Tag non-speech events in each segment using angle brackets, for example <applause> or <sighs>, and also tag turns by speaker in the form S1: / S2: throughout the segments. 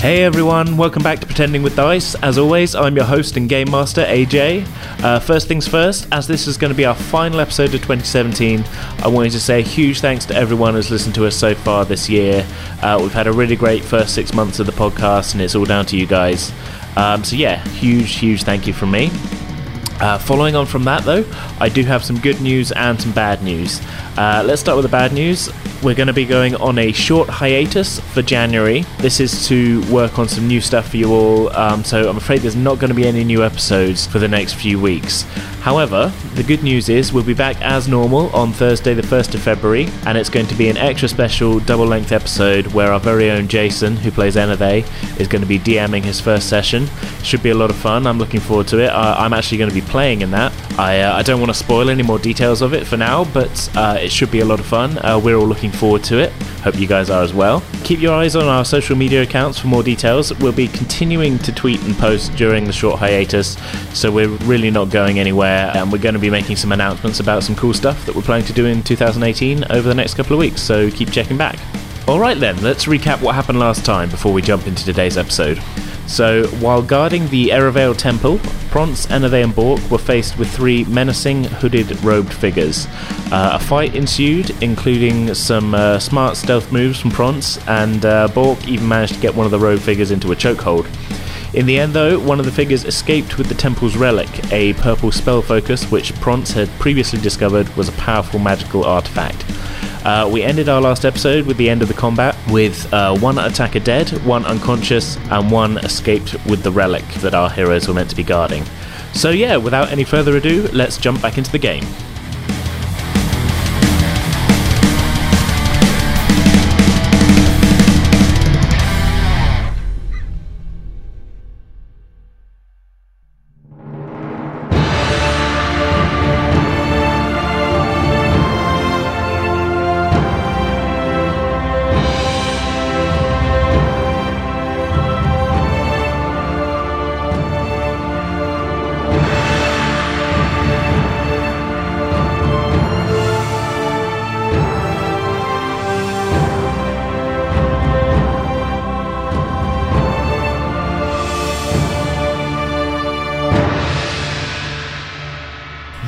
S1: Hey everyone, welcome back to Pretending with Dice. As always, I'm your host and game master, AJ. Uh, first things first, as this is going to be our final episode of 2017, I wanted to say a huge thanks to everyone who's listened to us so far this year. Uh, we've had a really great first six months of the podcast, and it's all down to you guys. Um, so, yeah, huge, huge thank you from me. Uh, following on from that, though, I do have some good news and some bad news. Uh, let's start with the bad news. We're going to be going on a short hiatus for January. This is to work on some new stuff for you all, um, so I'm afraid there's not going to be any new episodes for the next few weeks. However, the good news is we'll be back as normal on Thursday, the 1st of February, and it's going to be an extra special double length episode where our very own Jason, who plays Enathay, is going to be DMing his first session. Should be a lot of fun. I'm looking forward to it. I- I'm actually going to be playing in that. I, uh, I don't want to spoil any more details of it for now, but uh, it should be a lot of fun. Uh, we're all looking forward to it. Hope you guys are as well. Keep your eyes on our social media accounts for more details. We'll be continuing to tweet and post during the short hiatus, so we're really not going anywhere. And we're going to be making some announcements about some cool stuff that we're planning to do in 2018 over the next couple of weeks, so keep checking back. Alright then, let's recap what happened last time before we jump into today's episode. So, while guarding the Eravale Temple, Prance, Enave, and Bork were faced with three menacing, hooded, robed figures. Uh, a fight ensued, including some uh, smart stealth moves from Prance, and uh, Bork even managed to get one of the robed figures into a chokehold. In the end, though, one of the figures escaped with the temple's relic, a purple spell focus which Prance had previously discovered was a powerful magical artifact. Uh, we ended our last episode with the end of the combat with uh, one attacker dead, one unconscious, and one escaped with the relic that our heroes were meant to be guarding. So, yeah, without any further ado, let's jump back into the game.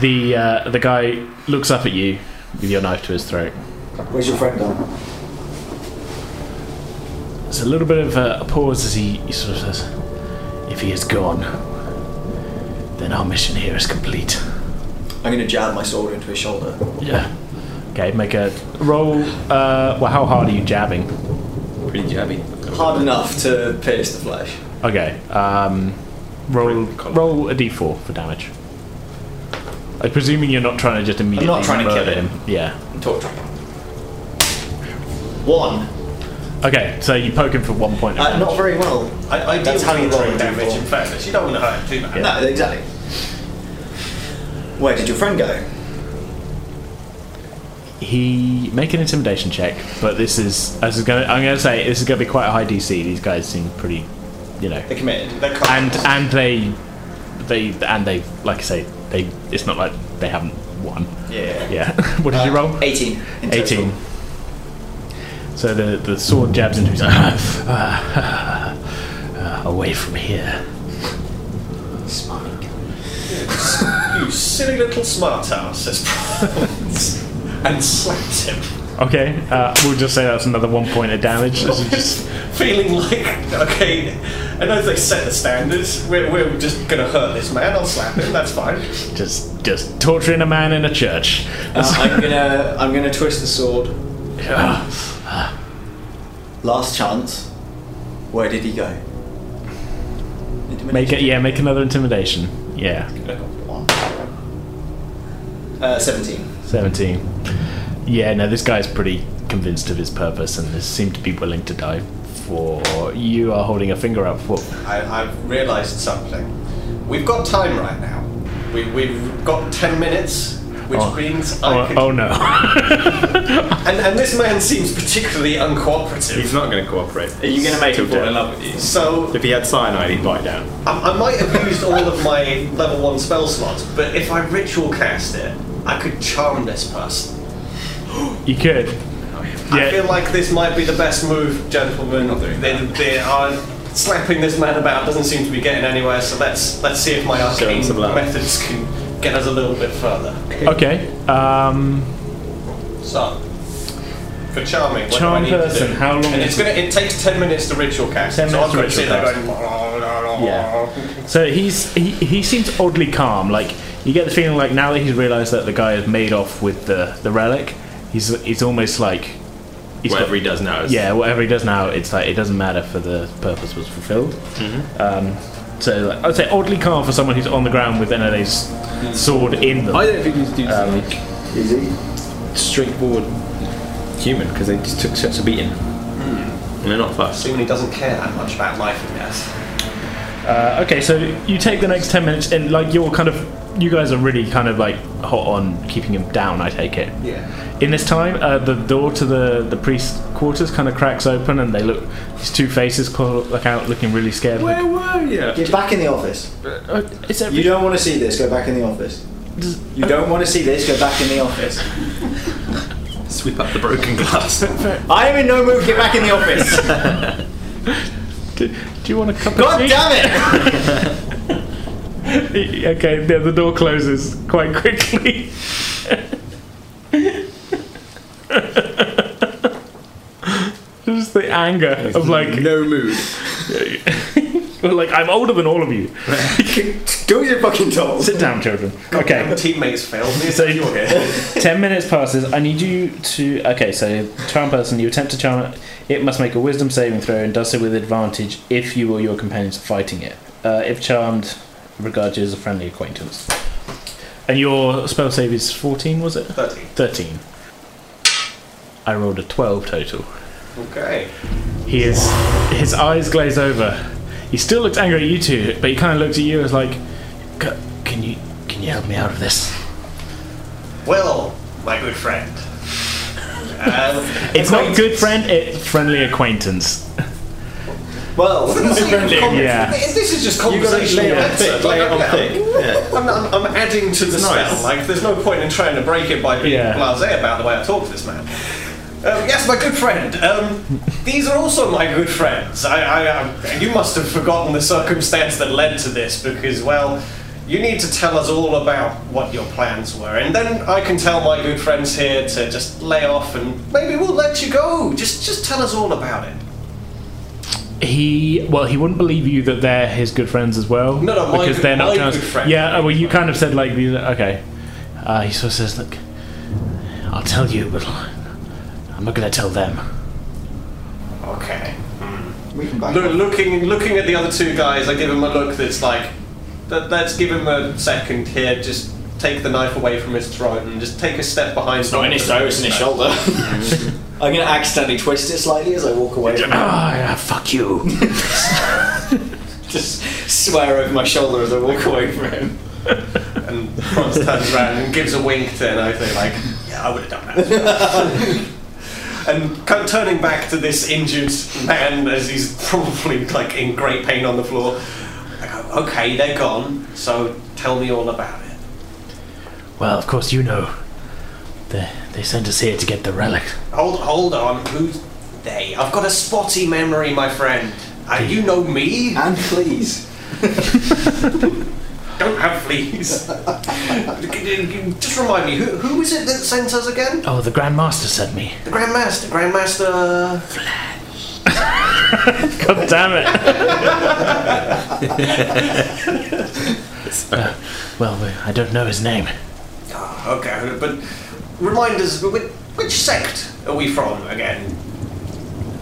S1: The, uh, the guy looks up at you with your knife to his throat.
S2: Where's your friend gone?
S1: It's a little bit of a, a pause as he, he sort of says, If he is gone, then our mission here is complete.
S2: I'm gonna jab my sword into his shoulder.
S1: Yeah. Okay, make a roll. Uh, well, how hard are you jabbing?
S3: Pretty jabby.
S2: Hard enough to pierce the flesh.
S1: Okay. Um, roll roll a d4 for damage. I'm presuming you're not trying to just immediately.
S2: trying to kill
S1: murder
S2: him.
S1: Yeah.
S2: Torture. One.
S1: Okay, so you poke him for one point. of
S2: Uh,
S1: damage.
S2: not very well.
S3: I, I
S2: That's how you roll
S3: damage
S2: damage.
S3: in fairness. You don't want to hurt him too much.
S2: No, exactly. Where did your friend go?
S1: He make an intimidation check, but this is as is gonna, I'm going to say this is going to be quite a high DC. These guys seem pretty, you know,
S2: They committed.
S3: They're kind
S1: and and they they and they like I say they. It's not like they haven't won.
S2: Yeah.
S1: <laughs> Yeah. what did you
S2: Uh,
S1: roll?
S2: 18. in total.
S1: 18. So the, the sword jabs into his <laughs> Uh, away from here.
S3: you silly little smart ass, says Prance. <laughs> and slaps him.
S1: Okay, uh, we'll just say that's another one point of damage. This is just-
S3: Feeling like, okay, I know they set the standards. We're, we're just going to hurt this man. I'll slap him. That's fine.
S1: just just torturing a man in a church.
S2: Uh, I'm gonna I'm gonna twist the sword. Last chance. Where did he go?
S1: make it, yeah, make another intimidation. Yeah,
S2: Uh, 17.
S1: 17. Yeah, no, this guy's pretty convinced of his purpose and this seemed to be willing to die for. You are holding a finger up for.
S3: I, I've realised something. We've got time right now. We, we've got 10 minutes, which
S1: Oh.
S3: means I
S1: Oh,
S3: could.
S1: oh no. <laughs>
S3: And, and this man seems particularly uncooperative.
S4: He's not going to cooperate.
S2: Are you gonna make him fall in love
S4: with you?
S3: so
S4: If he had cyanide, he'd bite down.
S3: I, I might have used all of my level one spell slots, but if I ritual cast it, I could charm this person.
S1: you could.
S3: I feel like this might be the best move, gentlemen. There, there are slapping this man about doesn't seem to be getting anywhere. So let's let's see if my
S4: Show him
S3: arcane
S4: some love.
S3: methods can get us a little bit further.
S1: Okay. Um,
S3: So. For charming, what
S1: Charm
S3: do I need
S1: person,
S3: to do?
S1: how long
S3: And
S1: is
S3: it's gonna. It takes ten minutes to ritual cast.
S1: 10
S3: so
S1: minutes
S3: I'm
S1: to
S3: gonna sit
S1: ritual
S3: there going.
S1: Yeah. so he's he, he seems oddly calm. Like you get the feeling like now that he's realised that the guy has made off with the, the relic, he's he's almost like he's got-
S4: Whatever he does now is
S1: yeah, whatever he does now, it's like it doesn't matter for the purpose was fulfilled. Um, so like, I'd say oddly calm for someone who's on the ground with NLA's sword in them.
S5: I don't think these dudes
S4: Um,
S5: are like
S2: Easy.
S5: straightforward.
S4: human because they just took such a beating. And Hmm. they're not fussed.
S3: Assuming he doesn't care that much about life and death.
S1: Uh, okay, so you take the next ten minutes, and like you're kind of you guys are really kind of like hot on keeping him down. I take it.
S3: Yeah.
S1: In this time, uh, the door to the, the priest's quarters kind of cracks open, and they look. These two faces crawl look out, looking really scared. Like,
S4: were you?
S2: Get back in the office.
S1: uh, is that
S2: You don't want to see this. Go back in the office. You don't want to see this. Go back in the office.
S4: Sweep up the broken <laughs> glass.
S2: I am in no mood. Get back in the office.
S1: do, do you want a cup
S2: God
S1: of tea?
S2: damn it!
S1: <laughs> okay, the, the door closes quite quickly. <laughs> Just the anger
S4: <laughs>
S1: of like,
S5: No mood.
S1: <laughs> like I'm older than all of you.
S2: <laughs> Go to your fucking toes.
S1: Sit down, children. Okay.
S3: My
S1: <laughs>
S3: teammates failed
S1: So-
S3: me. So you're here.
S1: Ten minutes passes. I need you to. Okay, so charm person, you attempt to charm it. It must make a wisdom saving throw and does so with advantage if you or your companions are fighting it. Uh, if charmed, regard you as a friendly acquaintance. And your spell save is 14, was it? 13.
S3: Thirteen.
S1: I rolled a 12 total.
S3: Okay.
S1: He is. His eyes glaze over. He still looks angry at you two, but he kind of looks at you as like, "C- can you, can you help me out of this?
S3: Well, my
S1: <laughs>
S3: good friend. Um,
S1: It's not good friend, it's friendly acquaintance.
S2: <laughs> Well,
S1: Yeah.
S3: This is just
S5: You gotta
S3: conversational.
S5: lay it on
S3: banter.
S5: thick,
S3: Like,
S5: lay it on
S3: I'm-
S5: thick. Yeah.
S3: I'm, I'm, I'm adding to the
S4: It's nice.
S3: spell. Like, there's no point in trying to break it by being
S1: Yeah.
S3: blasé about the way I talk to this man. Um, yes, my good friend. Um, these are also my good friends. I, I, I, you must have forgotten the circumstance that led to this, because well, you need to tell us all about what your plans were, and then I can tell my good friends here to just lay off, and maybe we'll let you go. Just, just tell us all about it.
S1: He well, he wouldn't believe you that they're his good friends as well.
S3: No, no, my
S1: because
S3: good-
S1: they're not
S3: my
S1: trans-
S3: good friend.
S1: Yeah, oh, well, you kind of said like these. Okay, uh, he sort of says, "Look, I'll tell you, but I'm not going to tell them."
S3: Okay.
S2: we can back
S3: Loo-
S2: off.
S3: looking looking at the other two guys, I give him a look that's like, "Let- let's give him a second here. Just take the knife away from his throat and just take a step behind. It's
S4: not in his throat, it's in his
S2: shoulder. <laughs> I'm gonna accidentally twist it slightly as I walk away. From it.
S3: Ah,
S1: Oh, yeah, fuck you!
S2: <laughs> Just swear over my shoulder as I walk away from him.
S3: And Franz
S4: <laughs>
S3: turns around and gives a wink to Nothi, like, "Yeah, I would have done that."
S4: <laughs>
S3: And kind of turning back to this injured man as he's probably like in great pain on the floor, I go, "Okay, they're gone. So tell me all about it."
S1: well, of course you know. They they sent us here to get the relic.
S3: Hold, hold on. Who's they? I've got a spotty memory, my friend. Uh, you know me.
S2: And please,
S3: Don't have fleas. Just remind me, who, who is it that sent us again?
S1: Oh, the Grand Master sent me.
S3: The Grandmaster. Grandmaster.
S1: <laughs> God damn it! <laughs> Uh, well, I don't know his name.
S3: Oh, okay, but remind us, which, which sect are we from again?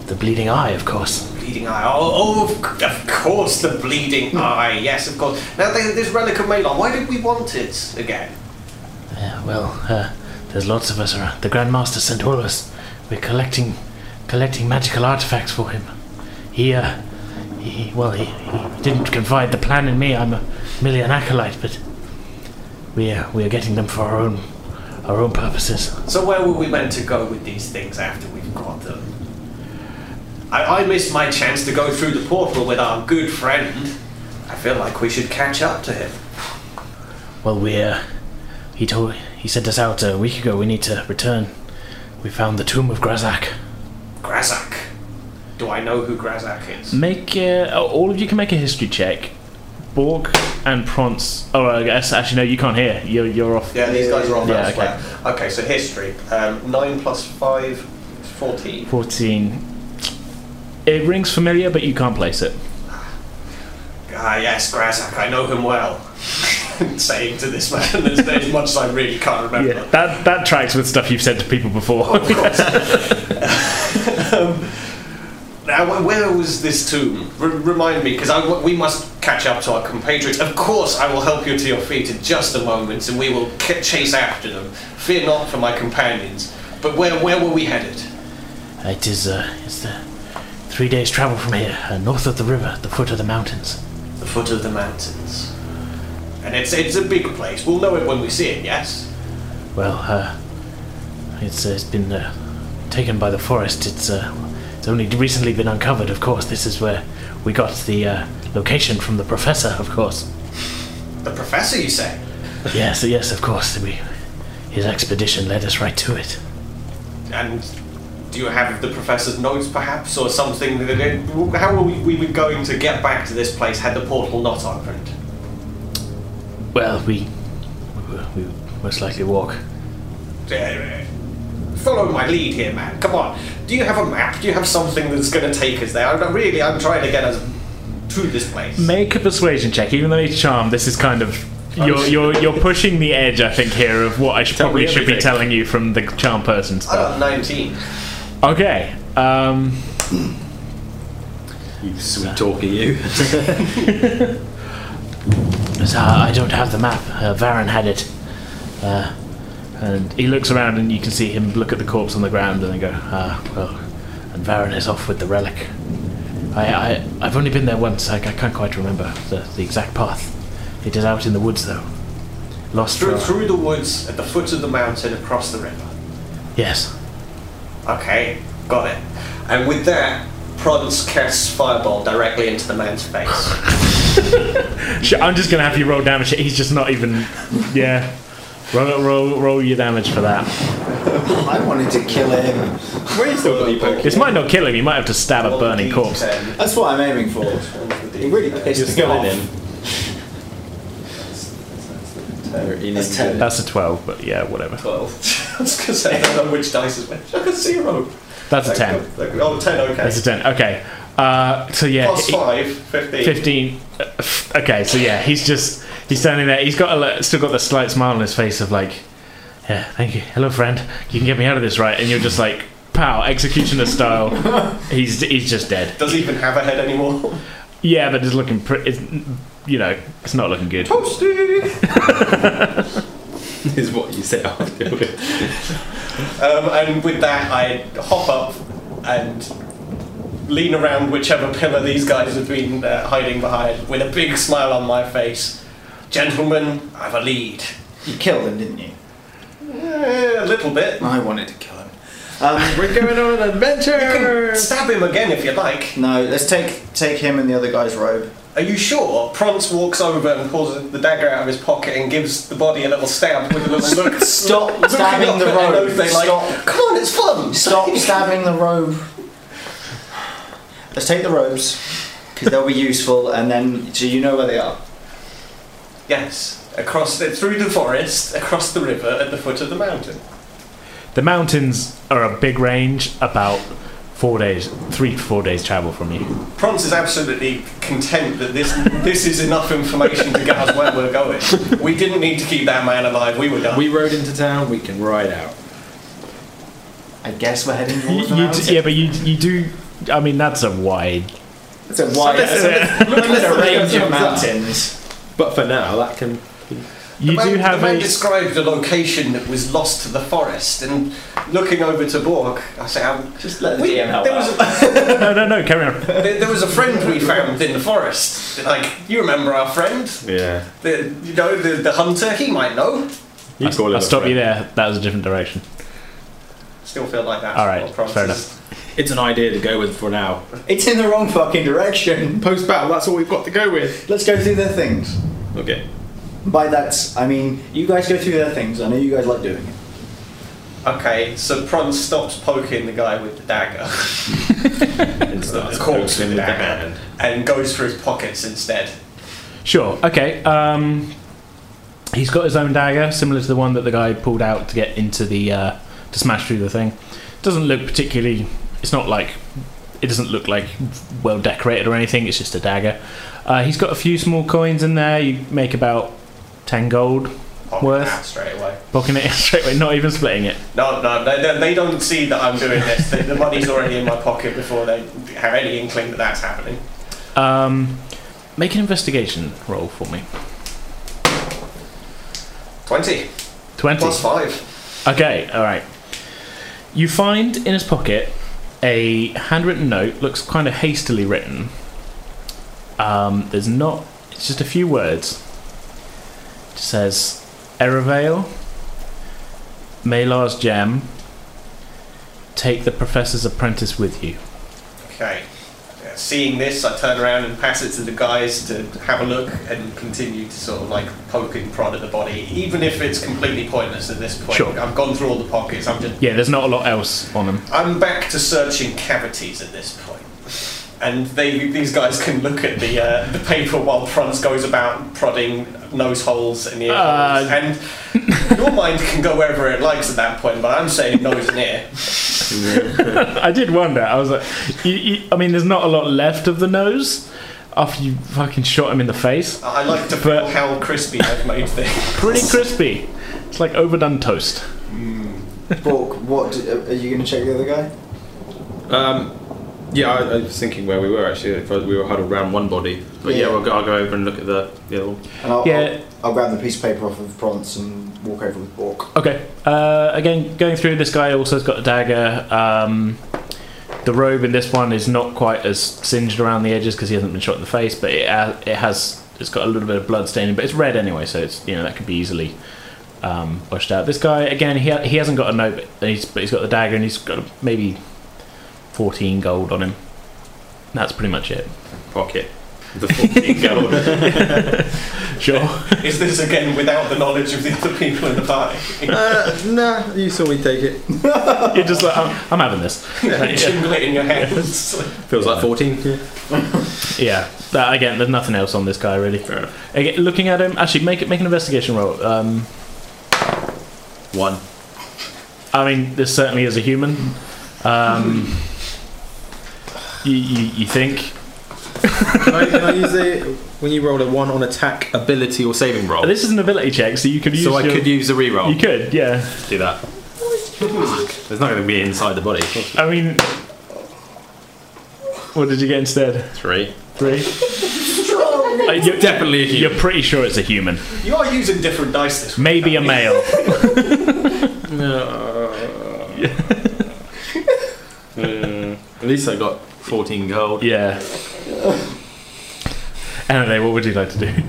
S1: The Bleeding Eye, of course.
S3: Bleeding Eye. Oh, oh of, c- of course, the Bleeding Eye. Yes, of course. Now, th this relic of Malon, why did we want it again?
S1: Yeah, well, uh, there's lots of us around. The Grand Master sent all of us. We're collecting, collecting magical artifacts for him. He, uh, he, well, he, he didn't confide the plan in me. I'm a million acolyte, but we, uh, we are getting them for our own, our own purposes.
S3: So where were we meant to go with these things after we've got them? I, I missed my chance to go through the portal with our good friend. I feel like we should catch up to him.
S1: Well, we, uh, he told, he sent us out a week ago. We need to return. We found the tomb of Grazak.
S3: Grazak. Do I know who Grazak is.
S6: Make uh, oh, all of you can make a history check. Borg and Prance. Oh, I guess actually no, you can't hear. You're you're off.
S3: Yeah, these guys are on
S6: Yeah,
S3: that elsewhere. Okay. so history. Um, 9 plus 5, 14.
S6: Fourteen. It rings familiar, but you can't place it.
S3: Ah, yes, Grazak, I know him well. <laughs> Saying to this man, there's, there's much I really can't remember.
S6: that that tracks with stuff you've said to people before.
S3: Now, wh- where was this tomb? R- remind me, because we must catch up to our compatriots. Of course, I will help you to your feet in just a moment, and we will ca- chase after them. Fear not for my companions. But where, where were we headed?
S1: <laughs> It is, uh, it's uh, three days' travel from here, uh, north of the river, at the foot of the mountains.
S3: The foot of the mountains. And it's, it's a big place. We'll know it when we see it, yes?
S1: Well, uh, it's, uh, it's been uh, taken by the forest. It's, uh, it's only recently been uncovered, of course. This is where we got the uh, location from the professor, of course.
S3: The professor, you say?
S1: yes, yes, of course. We, his expedition led us right to it.
S3: And do you have the professor's notes, perhaps, or something? That it, how were we, we were going to get back to this place had the portal not opened?
S1: Well, we, we would most likely walk.
S3: Uh, Follow my lead here, man. Come on. Do you have a map? Do you have something that's going to take us there? I'm not- really, I'm trying to get us to this place.
S6: Make a persuasion check, even though he's charmed. This is kind of you're you're you're pushing the edge, I think, here of what I should, probably should be telling you from the charm person
S3: I
S6: stuff.
S3: got 19.
S6: Okay. Um,
S4: You sweet talker, you. <laughs>
S1: So uh, I don't have the map. Uh, Varan had it. Uh,
S6: and he looks around, and you can see him look at the corpse on the ground, and then go,
S1: Ah, well, and Varan is off with the relic. I, I, I've only been there once. I, I can't quite remember the, the exact path. It is out in the woods, though. Lost
S3: Through,
S1: for-
S3: through the woods, at the foot of the mountain, across the river.
S1: Yes.
S3: Okay, got it. And with that, Prons casts Fireball directly into the man's
S6: <laughs>
S3: face.
S6: Sh- I'm just gonna have you roll damage. He's just not even. Yeah. Roll, roll, roll your damage for that.
S2: I wanted to kill him.
S6: This might not kill him. You might have to stab a burning corpse.
S3: 1d10.
S2: That's what I'm aiming for. It really pissed me off.
S7: That's
S6: That's a 12, but yeah, whatever.
S3: 12. <laughs> I was going to say, I don't know which dice is which. <laughs> I got 0.
S6: That's a 10.
S3: Oh, 10, okay.
S6: That's a 10. Okay. Uh, so yeah.
S3: Plus
S6: he-
S3: 5, 15.
S6: 15 uh, f- okay so yeah he's just he's standing there he's got a li- still got the slight smile on his face of like yeah thank you hello friend you can get me out of this right and you're just like pow executioner style
S3: <laughs>
S6: he's he's just dead
S3: Doesn't even have a head anymore. <laughs>
S6: yeah but it's looking pretty you know it's not looking good
S3: Toasty!
S4: Is what you <laughs> say after.
S3: Um, and with that, I hop up and lean around whichever pillar these guys have been uh, hiding behind with a big smile on my face. Gentlemen, I've a lead.
S2: You killed him, didn't you?
S3: Eh, a little bit.
S2: I wanted to kill him. Um, we're going <laughs> on an adventure.
S3: Stab him again if you like.
S2: No, let's take take him and the other guy's robe.
S3: Are you sure? Prance walks over and pulls the dagger out of his pocket and gives the body a little stab with a little look.
S2: <laughs> Stop
S3: looking
S2: stabbing
S3: up
S2: the
S3: at an
S2: rogue.
S3: oath they like,
S2: Stop.
S3: Come on, it's fun.
S2: Stop stabbing the robe. Let's take the robes because they'll be useful, and then so you know where they are.
S3: <laughs> Yes, across the, through the forest, across the river, at the foot of the mountain.
S6: the mountains are a big range about four days three to four days travel from you
S3: Prance is absolutely content that this this is enough information to get us where we're going. We didn't need to keep that man alive. We were done.
S7: We rode into town, we can ride out.
S2: I guess we're <laughs> heading
S6: You-
S2: towards the
S6: you d-
S2: mountain.
S6: yeah but you you do i mean that's a wide
S2: It's a wide it's a range of mountains.
S7: But for now, that can.
S6: you
S3: the man,
S6: do have
S3: the man
S6: a
S3: described a location that was lost to the forest, and looking over to Borg, I say, I'm,
S2: Just let the
S3: we,
S2: DM help
S3: there,
S2: out.
S3: was a,
S6: no no no carry on
S3: there, there was a friend we found in the forest. Like you remember our friend,
S4: Yeah.
S3: the, you know the, the hunter. He might know.
S4: You
S6: I'll- I'll stop you there that was a different direction
S3: Still feel like that.
S6: All right,
S3: Prance
S6: fair
S3: is-
S6: enough.
S4: It's an idea to go with for now.
S2: It's in the wrong fucking direction. <laughs>
S7: Post battle, that's all we've got to go with.
S2: Let's go through their things.
S4: Okay.
S2: <laughs> By that, I mean you guys go through their things. I know you guys like doing it.
S3: Okay, so Prun stops poking the guy with the dagger.
S4: and starts
S3: Of course,
S4: poking him with the hand.
S3: And goes for his pockets instead.
S1: Sure. Okay. Um, he's got his own dagger, similar to the one that the guy pulled out to get into the uh, to smash through the thing. Doesn't look particularly. It's not like it doesn't look like well decorated or anything. It's just a dagger. Uh, he's got a few small coins in there. You make about ten gold
S3: Pocket
S1: Worth.
S3: out straight away.
S1: blocking it <laughs> straight away, not even splitting it.
S3: No, no, they, they- they don't see that I'm doing this. the, the money's already in my pocket before they have any inkling that that's happening.
S1: Um, make an investigation roll for me.
S3: 20
S1: Twenty.
S3: plus 5.
S1: Okay, all right. You find in his pocket a handwritten note. Looks kind of hastily written. Um, there's not. It's just a few words. It says Erevale, Malar's gem. Take the professor's apprentice with you.
S3: Okay. Uh, Seeing this, I turn around and pass it to the guys to have a look and continue to sort of like poking prod at the body, even if it's completely pointless at this point.
S1: Sure.
S3: I've gone through all the pockets. I'm just
S1: Yeah, there's not a lot else on him. <laughs>
S3: I'm back to searching cavities at this point. And they, these guys can look at the, uh, the paper while Prunz goes about prodding nose holes and ear
S1: Uh,
S3: holes. And your mind can go wherever it likes at that point, but I'm saying nose and ear.
S1: I did wonder. I was like, you, you, I mean, there's not a lot left of the nose after you fucking shot him in the face.
S3: I I like to feel
S1: But-
S3: how crispy I've made things.
S1: Pretty crispy. It's like overdone toast.
S2: Bork, what do, uh, are you going to check the other guy?
S4: Um, yeah, I, I was thinking where we were actually. If I- we were huddled around one body, but yeah,
S2: Yeah.
S4: we'll go, I'll go over and look at the the old.
S2: And I'll,
S1: Yeah.
S2: I'll, I'll grab the piece of paper off of Bronce and walk over with Bork.
S1: Okay. Uh, again, going through this guy also has got a dagger. Um, the robe in this one is not quite as singed around the edges because he hasn't been shot in the face, but it ha- it has it's got a little bit of blood staining, but it's red anyway, so it's you know that could be easily um, washed out. This guy again, he ha- he hasn't got a note, but he's but he's got the dagger and he's got maybe fourteen gold on him. That's pretty much it.
S4: pocket. The
S7: <laughs>
S4: 14 gold.
S1: Sure.
S3: Is this again without the knowledge of the other people in
S1: <laughs>
S3: the party?
S7: Uh, nah, you saw me take it.
S1: <laughs> You're just like I'm, I'm having this.
S3: Jingle it in your hands.
S4: Feels like 14. Yeah.
S1: Yeah, that, again, there's nothing else on this guy really. Fair enough. Again, looking at him, actually, make it make an investigation roll. Um,
S4: One.
S1: I mean, this certainly is a human. Um, you, you, you think
S7: Can I, can I use the when you roll a one on attack ability or saving roll?
S1: this is an ability check, so you could use.
S4: so I
S1: your-
S4: could use a reroll.
S1: You could, yeah.
S4: do that. There's not going to be inside the body.
S1: I mean, what did you get instead?
S4: Three.
S1: Three. Uh, you're,
S4: Definitely a human. <laughs>
S1: you're pretty sure it's a human,
S3: You are using different dice this
S1: maybe a male.
S4: <laughs>
S7: <laughs>
S4: Mm, at least I got 14 gold.
S1: Yeah. Anyway, what would you like to do?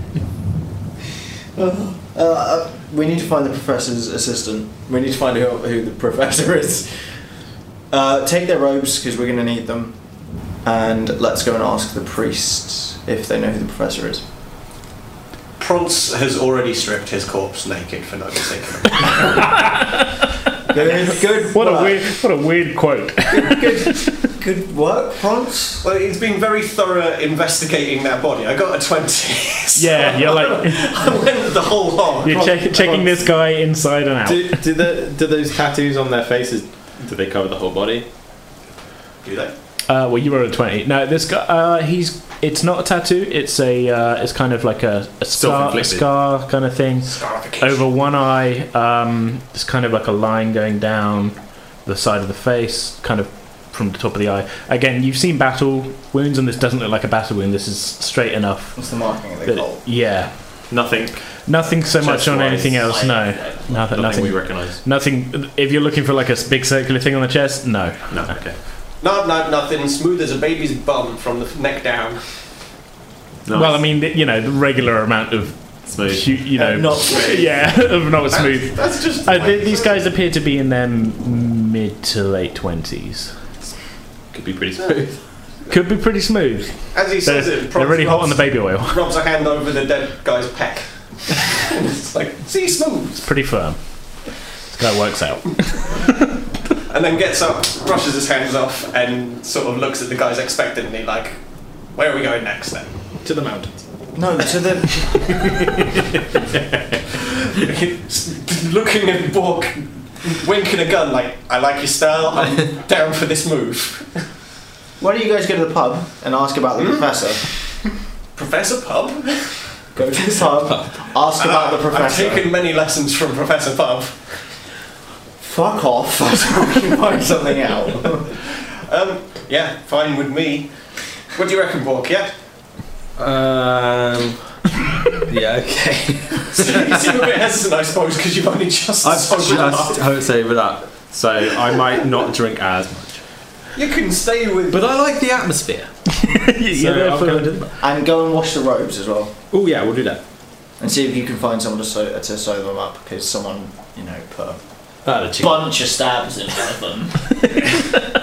S2: Uh, uh, we need to find the professor's assistant. We need to find who, who the <laughs> professor is. Uh, take their robes because we're going to need them, and let's go and ask the priests if they know who the professor is.
S3: Prunce has already stripped his corpse naked for no particular. <laughs>
S2: Good, good
S1: What a
S2: work.
S1: weird, what a weird quote.
S2: good work, Prance.
S3: well, he's been very thorough investigating that body. I got a 20.
S1: <laughs>
S3: so
S1: Yeah, you're like.
S3: <laughs> I went with the whole lot.
S1: You're check, checking
S7: on.
S1: this guy inside and out.
S7: Do, do the do those tattoos on their faces?
S4: Do they cover the whole body?
S3: Do they?
S1: Uh, well, you rolled a twenty. No, this guy. Uh, he's. It's not a tattoo. It's a. Uh, it's kind of like a, a scar, a
S4: Self-inflicted.
S1: scar kind of thing
S3: Scarification.
S1: over one eye. Um, it's kind of like a line going down the side of the face, kind of from the top of the eye. Again, you've seen battle wounds, and this doesn't look like a battle wound. This is straight enough.
S2: What's the marking of the
S1: that-
S2: gold?
S1: yeah,
S4: Nothing.
S1: nothing so much on
S4: Chest-wise,
S1: anything else. Oh, No, nothing.
S4: Nothing, we
S1: Nothing.
S4: recognise.
S1: Nothing. If you're looking for like a big circular thing on the chest, no.
S4: No, okay.
S3: No, no, nothing. Smooth as a baby's bum from the neck down.
S4: Nice.
S1: Well, I mean, th- you know, the regular amount of
S4: smooth.
S1: hu- you know, <laughs>
S2: not smooth.
S1: yeah, of not smooth.
S3: That's just.
S1: Uh, th- these guys appear to be in their m- mid to late twenties.
S4: Could be pretty smooth.
S1: Could be pretty smooth.
S3: As he
S1: They're,
S3: says it,
S1: they're really hot on the baby oil.
S3: baby. Rubs a hand over <laughs> the dead guy's peck. and it's like, see, smooth.
S1: It's pretty firm. It's That works out.
S3: and then gets up, brushes his hands off, and sort of looks at the guys expectantly, like, "Where are we going next?" Then
S4: To the mountains.
S2: No, to the.
S3: <laughs> looking at Bork, winking a gun, like, "I like your style. <laughs> I'm down for this move."
S2: Why don't you guys go to the pub and ask about
S3: Hmm?
S2: the professor?
S3: Professor Pub.
S2: Go to the
S3: <laughs>
S2: pub, ask about the professor.
S3: Uh, Ah, I've taken many lessons from Professor Pub.
S2: Fuck off! <laughs> I was trying to find something out.
S3: Um, yeah, fine with me. What do you reckon, Bork? Yeah. <laughs>
S4: Um. <laughs> yeah. Okay.
S3: you seem a bit hesitant, I suppose, because you've only just
S4: I've
S3: sobered
S4: just
S3: up.
S4: hope over that, so I might not drink as much.
S3: You can stay with.
S4: But I like the
S1: <laughs>
S4: atmosphere.
S1: You're there for-
S2: And go and wash the robes as well,
S4: Oh yeah, we'll do that.
S2: and see if you can find someone to sew to sew them up because someone, you know, put a
S4: Ah, the chicken,
S2: bunch of stabs in one of them.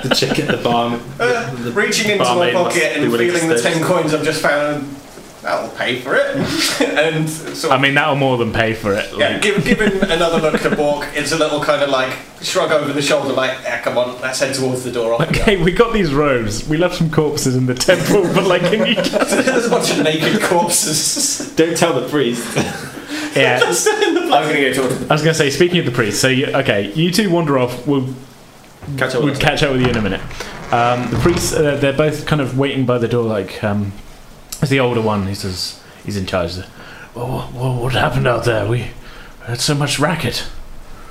S4: the chicken, the barn.
S3: Uh, reaching into my
S4: barmaid must
S3: pocket
S4: be
S3: and
S4: willing to
S3: feeling the
S4: stay.
S3: ten coins I've just found. That'll pay for <laughs> it. and sort
S1: I
S3: of,
S1: mean, that'll more than pay for it.
S3: yeah, give, giving another look to Bork, it's a little kind of like shrug over the shoulder, like, yeah, come on, let's head towards the door. off we go."
S1: <laughs> Okay, we got these robes. We left some corpses in the temple, but like, can you?
S3: <laughs> There's a bunch of naked corpses.
S4: Don't tell the <laughs> priest.
S3: <laughs>
S1: Yeah,
S2: I'm gonna go talk to the.
S1: I was gonna say. Speaking of the priest, so you, okay, you two wander off. We'll
S4: Catch up
S1: we'll
S4: with
S1: catch up with you in a minute. Um, the priests, uh, they're both kind of waiting by the door. Like, um, it's the older one. He says he's in charge. Oh,
S8: Well, what, what happened out there? We had so much racket.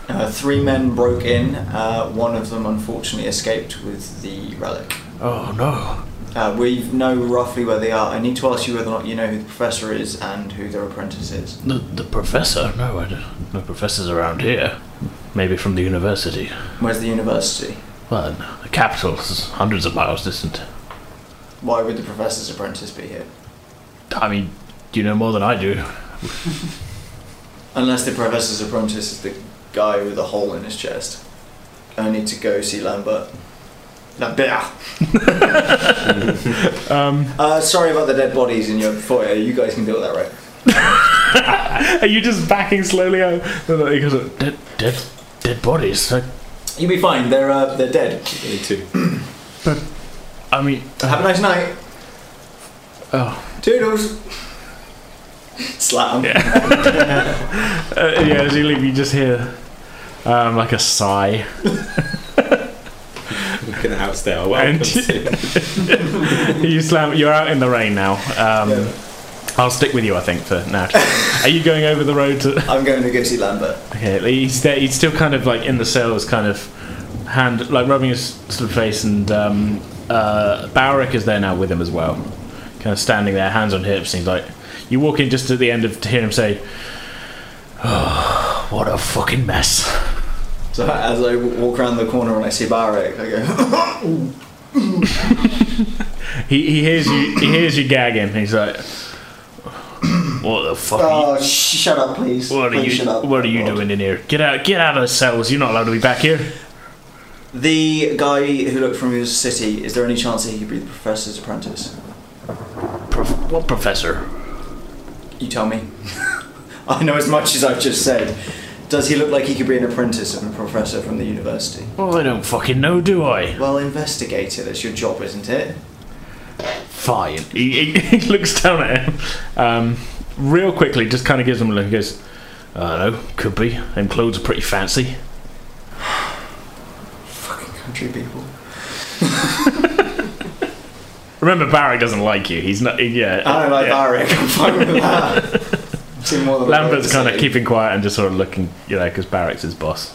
S2: Uh, three men broke in. Uh, one of them unfortunately escaped with the relic.
S8: Oh no.
S2: Uh, we know roughly where they are. I need to ask you whether or not you know who the professor is and who their apprentice is.
S8: The, the professor? No, I don't. No professors around here. Maybe from the university.
S2: Where's the university?
S8: Well, no, the capital is hundreds of miles distant.
S2: Why would the professor's apprentice be here?
S8: I mean, you know more than I do.
S2: Unless the professor's apprentice is the guy with a hole in his chest. I need to go see Lambert.
S8: <laughs>
S2: Lambert!
S1: Um,
S2: Uh, sorry about the dead bodies in your foyer. You guys can deal with that, right?
S1: are <laughs> you just backing slowly out? He goes,
S8: Dead, dead, dead bodies. I,
S2: You'll be fine. They're uh, they're dead.
S8: Uh-huh.
S4: me too.
S8: I mean,
S2: Have a nice night.
S8: oh,
S2: Toodles. Slap 'em.
S1: Uh, yeah, as you leave, you just hear um, like a sigh,
S4: We're gonna outstay our welcome.
S1: And- <laughs>
S4: soon.
S1: you slam. You're out in the rain now. Um,
S2: Yeah.
S1: I'll stick with you, I think, for now. Are you going over the road to?
S2: I'm going to go see Lambert.
S1: Okay, he's there. He's still kind of like in the cells, kind of hand like rubbing his sort of face, and um, uh, Bowrick is there now with him as well, kind of standing there, hands on hips. And he's like, you walk in just at the end of to hear him say, "Oh,
S8: what a fucking mess.
S2: So as I w- walk around the corner and I see Barek, I go, <laughs> "Oh,
S1: he, he hears you he hears you gagging. He's like, <clears throat>
S8: What the fuck? are you-
S2: "Oh, sh- shut up, please!
S8: what are
S2: Please
S8: you?
S2: shut up.
S8: What are you doing in here? Get out! Get out of the cells! You're not allowed to be back here.
S2: The guy who looked from his city. Is there any chance that he could be the professor's apprentice?
S8: Prof- what professor?
S2: You tell me. <laughs> I know as much as I've just said. Does he look like he could be an apprentice of a professor from the university?
S8: Well, I don't fucking know, do I?
S2: Well, investigate it. That's your job, isn't it?
S8: Fine.
S1: he, he, he <laughs> looks down at him, um, real quickly, just kind of gives him a look. He goes, "Uh,
S8: I don't know. Could be. Them clothes are pretty fancy.
S2: Fucking country people.
S1: remember, Barry doesn't like you. He's not. Yeah,
S2: I don't like
S1: yeah.
S2: Barek. I'm fine with that. Seen more than
S1: Lambert's kind of
S2: keeping.
S1: keeping quiet and just sort of looking, you know, because Barrack's his boss.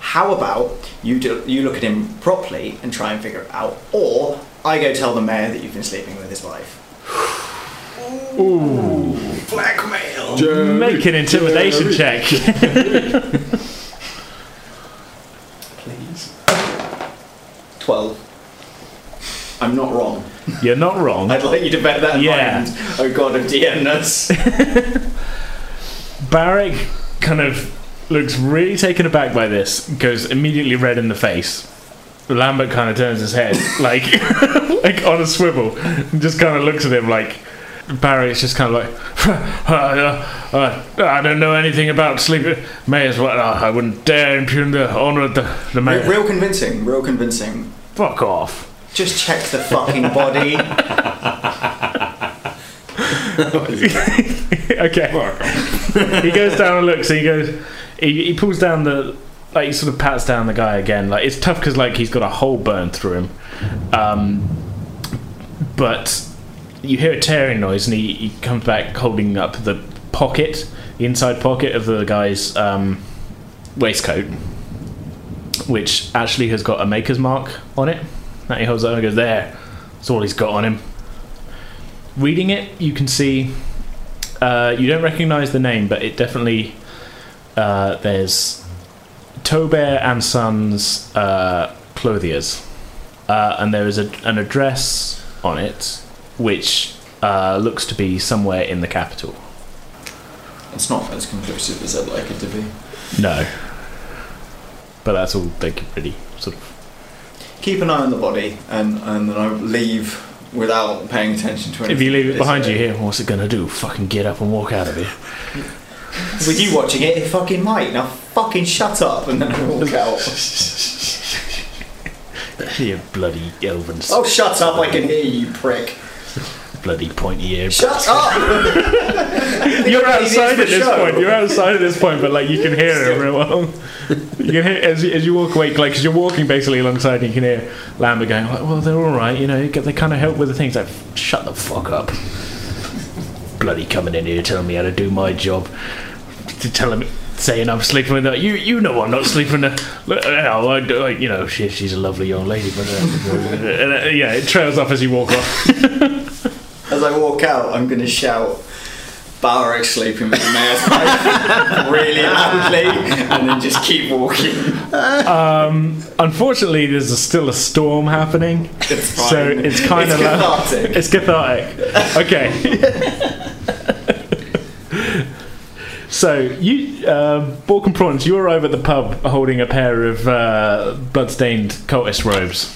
S2: How about you do, you look at him properly and try and figure it out, or I go tell the mayor that you've been sleeping with his wife.
S3: Blackmail.
S1: Make an intimidation check. <laughs>
S2: Twelve. I'm not wrong.
S1: You're not wrong.
S2: I'd like you to bet that. in
S1: Yeah.
S2: mind. Oh God, of DM nuts.
S1: Barrack kind of looks really taken aback by this, goes immediately red in the face. Lambert <laughs> kind of turns his head, like, like on a swivel, and just kind of looks at him like, Barry is just kind of like, <laughs> "Uh, uh, I don't know anything about sleeping. May as well. uh, I wouldn't dare impugn the honour of the, the
S2: Re-
S1: mayor.
S2: Real convincing, real convincing.
S1: Fuck off.
S2: Just check the fucking
S1: <laughs>
S2: body.
S1: okay. he goes down and looks. And he goes. He, he pulls down the. Like he sort of pats down the guy again. Like it's tough because like he's got a hole burned through him. Um, but you hear a tearing noise and he, he comes back holding up the pocket, the inside pocket of the guy's um, waistcoat, which actually has got a maker's mark on it. That he holds up and goes there. That's all he's got on him. Reading it, you can see uh, you don't recognize the name, but it definitely uh, there's Tobear and Sons uh, clothiers, uh, and there is a, an address on it which uh, looks to be somewhere in the capital.
S2: it's not as conclusive as I'd like it to be.
S1: No, but that's all they could really sort of.
S2: Keep an eye on the body, and, and then I leave without paying attention to anything.
S1: If you leave it
S2: It's,
S1: behind
S2: uh,
S1: you here, what's it gonna do? Fucking get up and walk out of
S2: <laughs>
S1: here.
S2: With you watching it, it fucking might. Now fucking shut up and then I
S1: <laughs>
S2: walk out.
S1: You bloody elven,
S2: oh, shut up, I can hear you, prick.
S1: bloody pointy ear.
S2: Shut
S1: <laughs>
S2: up!
S1: You're
S2: It is
S1: outside
S2: the
S1: at this
S2: show.
S1: point. You're outside at this point, but like you can hear it real well. You can hear as you, as you walk away, like because you're walking basically alongside, and you can hear Lambert going, like, "Well, they're all right, you know. you get- They kind of help with the things." Like, shut the fuck up. Bloody coming in here telling me how to do my job. To tell him, saying I'm sleeping with her. You, you know I'm not sleeping with her. Look, oh, I, do- I, you know, she, she's a lovely young lady, but uh, <laughs> and, uh, yeah, it trails off as you walk off.
S2: As I walk out, I'm gonna shout, Balric sleeping with the mayor's wife <laughs> really loudly, and then just keep walking.
S1: Unfortunately, there's a, still a storm happening.
S2: It's fine.
S1: So it's kind of
S2: It's cathartic.
S1: It's cathartic. Okay. so you, uh, Bork and Prawns, you arrive at the pub holding a pair of uh, bloodstained cultist robes.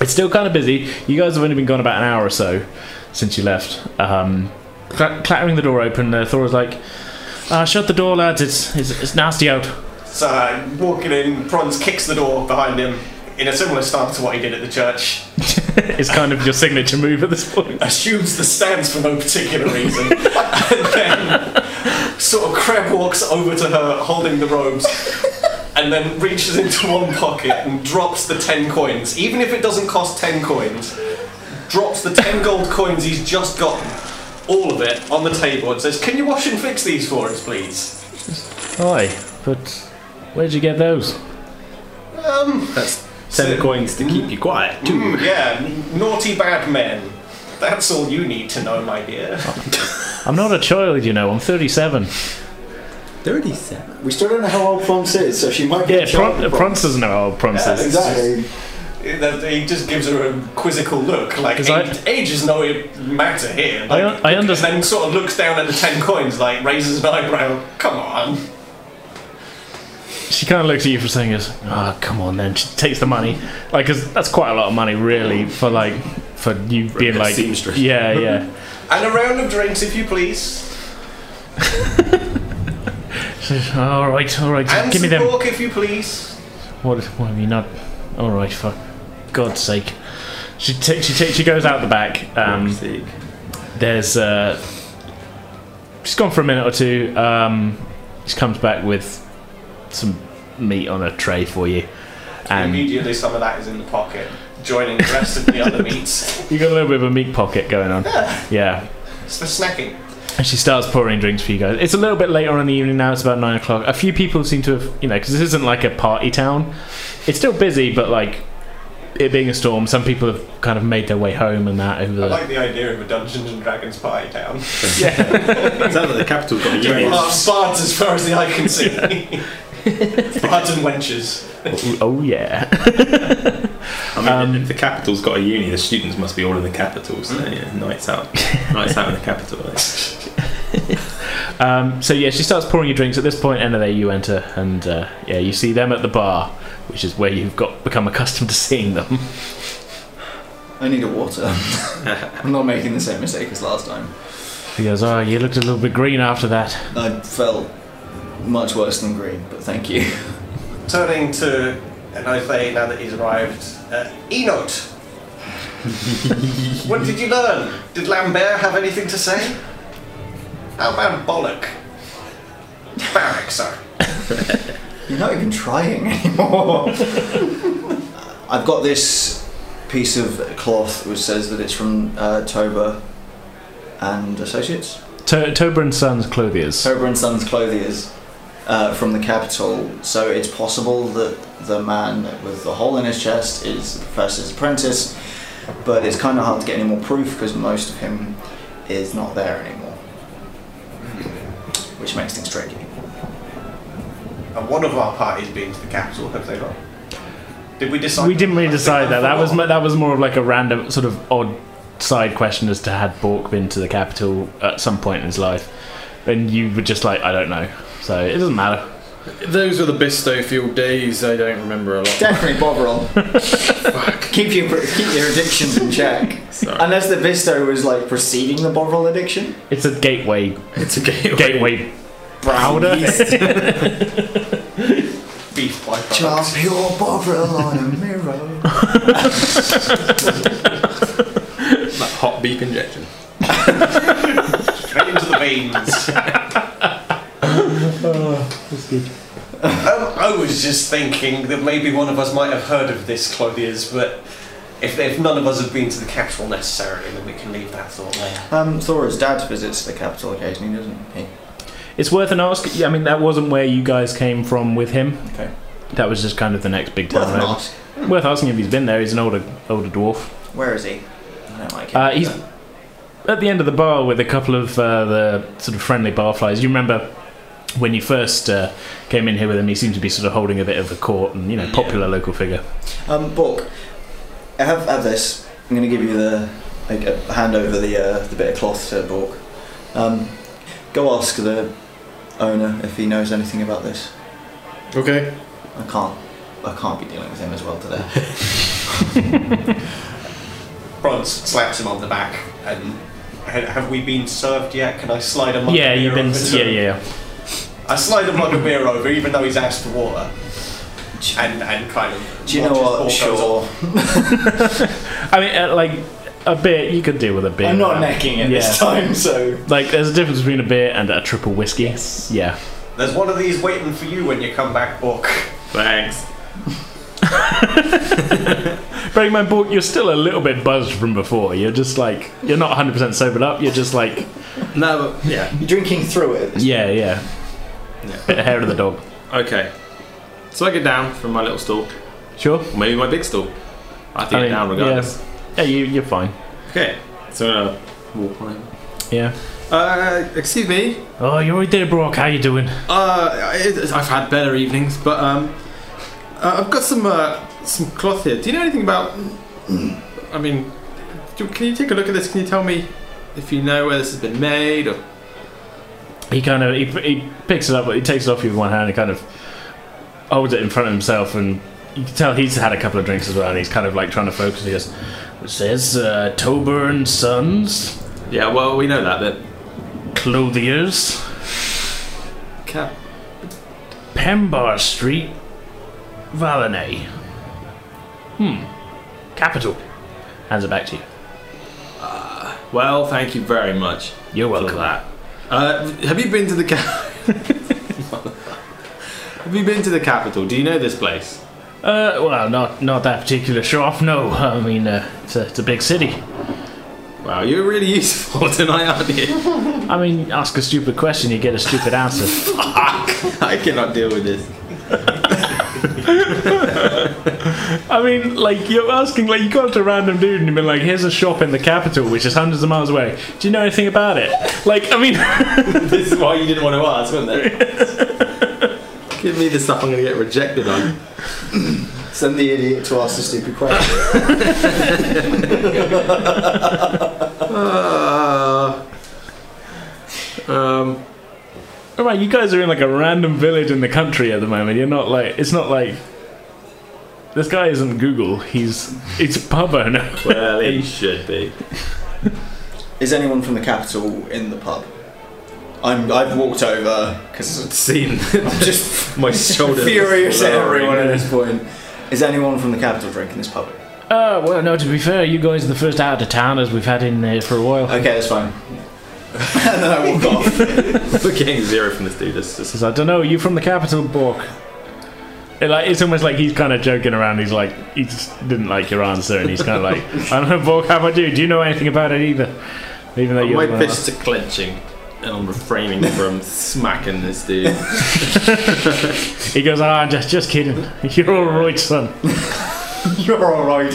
S1: It's still kind of busy. You guys have only been gone about an hour or so since you left. Um, cla- clattering the door open, uh, Thora's like, uh, "Shut the door, lads. It's it's, it's nasty out."
S3: So uh, walking in, Prons kicks the door behind him in a similar stance to what he did at the church.
S1: It's kind of your signature move at this point.
S3: Assumes the stands for no particular reason, and then sort of crab walks over to her holding the robes. And then reaches into one pocket and drops the ten coins, even if it doesn't cost ten coins. Drops the ten gold coins he's just gotten, all of it, on the table and says, "Can you wash and fix these for us, please?"
S1: Aye, but where'd you get those?
S7: Ten coins to keep you quiet. Two.
S3: Mm, yeah, naughty bad men. That's all you need to know, my dear.
S1: I'm not a child, you know. I'm 37.
S7: Thirty-seven.
S2: We still don't know how old Prompt is, so she might
S1: Yeah,
S2: get
S1: Pron- Prons doesn't know how old Prons
S3: Yeah,
S1: is.
S2: Exactly.
S3: That he just gives her a quizzical look, like
S1: 'Cause
S3: age,
S1: I-
S3: age is no matter here.
S1: I
S3: Like,
S1: un- I underst-
S3: Then sort of looks down at the ten coins, like raises an eyebrow. Come on,
S1: She kind of looks at you for saying this. Ah, come on then. She takes the money, like, 'cause that's quite a lot of money, really, for like, for you being like,
S7: seamstress.
S1: yeah, yeah.
S3: and a round of drinks, if you please,
S1: all right, all right.
S3: and
S1: give me
S3: some
S1: them.
S3: pork, if you please.
S1: What? What have you not? All right, for God's sake. She ta- she ta- she goes out the back. Um, there's uh, she's gone for a minute or two. Um, she comes back with some meat on a tray for you, and you
S3: Immediately, some of that is in the pocket, joining the rest of the
S1: <laughs>
S3: other meats.
S1: got a little bit of a meat pocket going on. Yeah,
S3: It's for snacking.
S1: and she starts pouring drinks for you guys. It's a little bit later on in the evening now. It's about nine o'clock. A few people seem to have, you know, because this isn't like a party town. It's still busy, but like it being a storm, some people have kind of made their way home and that over
S3: I
S1: the.
S3: like the idea of a Dungeons and Dragons party town.
S7: Sounds like the
S4: <laughs>
S7: capital's got a unit.
S3: Bards, bards as far as the eye can see.
S1: <laughs>
S3: bards and wenches.
S1: oh yeah.
S4: I mean,
S1: Um,
S4: if the capital's got a uni, the students must be all in the capital. So yeah, nights out, nights out in the capital. eh?
S1: Um, so yeah, she starts pouring you drinks. At this point, Enna, there you enter, and uh, yeah, you see them at the bar, which is where you've got become accustomed to seeing them.
S2: I need a water. I'm not making the same mistake as last time.
S9: He goes, Oh, you looked a little bit green after that.
S2: I felt much worse than green, but thank you.
S3: Turning to Enothe now that he's arrived, uh,
S1: <laughs>
S3: Enot. what did you learn? Did Lambert have anything to say? How about Bollock? Barrack, sorry.
S2: You're not even trying <laughs> anymore. I've got this piece of cloth which says that it's from uh, Toba and Associates.
S1: To- Tober and Sons Clothiers.
S2: Toba and Sons Clothiers uh, from the capital. So it's possible that the man with the hole in his chest is the professor's apprentice, but it's kind of hard to get any more proof because most of him is not there anymore, which makes things tricky.
S3: And one of our party's been to the capital, have they not? Did we decide?
S1: We didn't really decide that. That was
S3: my.
S1: mo- that was more of like a random sort of odd side question as to had Bork been to the capital at some point in his life, and you were just like, I don't know. So it doesn't matter.
S7: Those were the Bisto Field days. I don't remember a lot.
S2: Definitely Bovril. keep your keep your addictions in check.
S4: Sorry.
S2: Unless the Visto was like preceding the Bovril addiction.
S1: It's a gateway
S4: It's a gateway.
S1: gateway
S2: Browder.
S3: beef
S2: Jump
S3: byproducts.
S2: your Bovril on a mirror.
S4: That hot beef injection.
S3: Right into the
S1: <laughs>
S3: veins.
S2: Uh,
S3: Um, I was just thinking that maybe one of us might have heard of this clothiers, but if, if none of us have been to the capital necessarily, then we can leave that thought there.
S2: Um, Thora's dad visits the capital occasionally, doesn't he?
S1: It's worth an ask. Yeah, I mean, that wasn't where you guys came from with him.
S2: Okay.
S1: That was just kind of the next big
S2: Worth
S1: town.
S2: an
S1: over.
S2: ask.
S1: Worth asking if he's been there. He's an older older dwarf.
S2: Where is he? I don't like him.
S1: Uh, he's at the end of the bar with a couple of uh, the sort of friendly barflies. You remember when you first uh, came in here with him? He seemed to be sort of holding a bit of a court and you know popular local figure.
S2: Um, Bork, have have this. I'm going to give you the like, uh, hand over the uh, the bit of cloth to Bork. Um, go ask the owner if he knows anything about this.
S7: Okay.
S2: I can't. I can't be dealing with him as well today.
S3: Bronze slaps him on the back, and "Ha- have we been served yet? Can I slide him?
S1: yeah, you've been. Yeah, yeah, yeah.
S3: I slide him like a beer over, even though he's asked for water, and and kind of.
S2: Do you know
S3: watch his
S2: what?
S3: ball goes
S2: Sure.
S1: I mean, uh, like a beer, you could deal with a beer.
S2: I'm not
S1: man.
S2: necking it this
S1: Yeah.
S2: time, so.
S1: Like, there's a difference between a beer and a triple whiskey.
S2: Yes.
S1: Yeah.
S3: up. There's one of these waiting for you when you come back, Book.
S4: <laughs> Thanks.
S1: Bearing in mind, Bork, you're still a little bit buzzed from before. You're just like, you're not 100% sobered up. You're just like,
S7: No, but
S4: Yeah.
S2: You're drinking through it.
S1: yeah, yeah.
S4: Yeah.
S1: Bit of hair of the dog.
S4: Okay. So I get down from my little stool,
S1: Sure.
S4: or maybe my big stool. I have to
S1: I
S4: get
S1: mean,
S4: down regardless.
S1: Yeah, you, you're fine.
S4: Okay. So I'm gonna walk on it.
S1: Yeah.
S7: uh, excuse me.
S9: Oh, you're right there, Brock. How you doing?
S7: Uh, it, I've had better evenings, but um, uh, I've got some uh, some cloth here. Do you know anything about?
S4: Hmm.
S7: I mean, do, can you take a look at this? Can you tell me if you know where this has been made? Or
S1: He kind of he, he picks it up, but he takes it off with one hand and kind of holds it in front of himself, and you can tell he's had a couple of drinks as well, and he's kind of like trying to focus. He goes, "It says uh, Tober and Sons
S4: Yeah. Well, we know that. That
S9: Clothiers.
S7: cap?
S9: Pembar Street, Valenay. Hmm.
S1: Hmm.
S9: Capital. Hands it back to you.
S4: Well, thank you very much.
S9: You're
S4: for
S9: welcome.
S4: that.
S7: Uh, have you been to the cap?
S4: <laughs> Have you been to the capital? Do you know this place?
S9: Uh, well, not not that particular shop.
S1: <laughs>
S9: No, I mean uh, it's, a, it's a big city.
S4: Wow, you're really <laughs> useful tonight, aren't
S7: <laughs>
S4: you?
S9: I mean, ask a stupid question, you get a stupid answer.
S4: I cannot deal with this.
S1: I mean, like you're asking, like you go up to a random dude and you've been like, "Here's a shop in the capital, which is hundreds of miles away. Do you know anything about it?" Like, I mean, <laughs>
S4: This is why you didn't want to ask, wasn't it?
S7: Give me the stuff I'm going to get rejected on.
S2: Send the idiot to ask the stupid question.
S7: Uh, um,
S1: all right, you guys are in like a random village in the country at the moment. You're not like, it's not like this guy isn't Google. He's it's pub owner.
S4: Well, it should be.
S2: Is anyone from the capital in the pub? I'm, I've walked over because
S4: Seen
S2: I'm just
S4: <laughs> my shoulder. <laughs>
S2: furious at
S4: lowering. <laughs>
S2: everyone at this point. Is anyone from the capital drinking this pub?
S1: Uh, well, no, to be fair, you guys are the first out of towners we've had in there for a while.
S2: Okay, that's fine. <laughs> and then I walk off.
S4: We're getting zero from this dude. This, this
S1: Says, I don't know, you from the capital, Bork?
S6: It, like, it's almost like he's kind of joking around. He's like, he just didn't like your answer, and he's kind of like, I don't know, Bork, how I do? Do you know anything about it either? Even though you're
S4: my
S6: the one that
S4: fists are clenching, and I'm refraining <laughs> from smacking this <laughs> dude.
S6: asked. He goes, ah, just, just kidding. <laughs> You're all right, son.
S2: You're alright.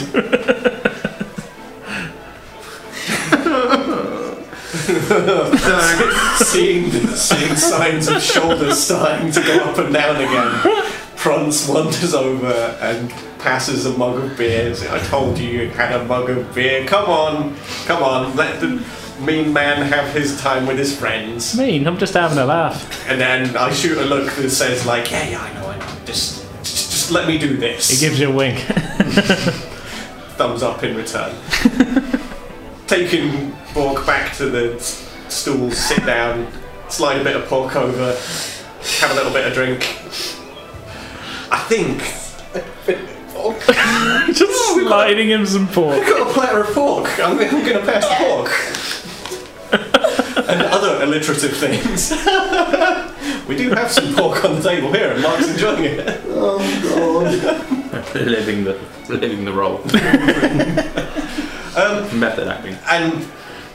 S3: seeing, seeing signs of shoulders starting to go up and down again, Prance wanders over and passes a mug of beer. Says, I told you you had a mug of beer. Come on, come on, let the mean man have his time with his friends.
S1: Mean, I'm just having a laugh.
S3: And then I shoot a look that says like, yeah, yeah, I know, I know. Just, just, just let me do this.
S1: He gives you a wink.
S3: thumbs up in return. Taking Borg back to the s- stool, sit down, slide a bit of pork over, have a little bit of drink. I think.
S6: <laughs> just sliding him some pork.
S3: I've got a platter of pork. I'm, I'm going to pass the pork. and other alliterative things. <laughs> we do have some pork on the table here, and Mark's enjoying it.
S4: living the living the <laughs> role. <laughs> Method acting.
S3: And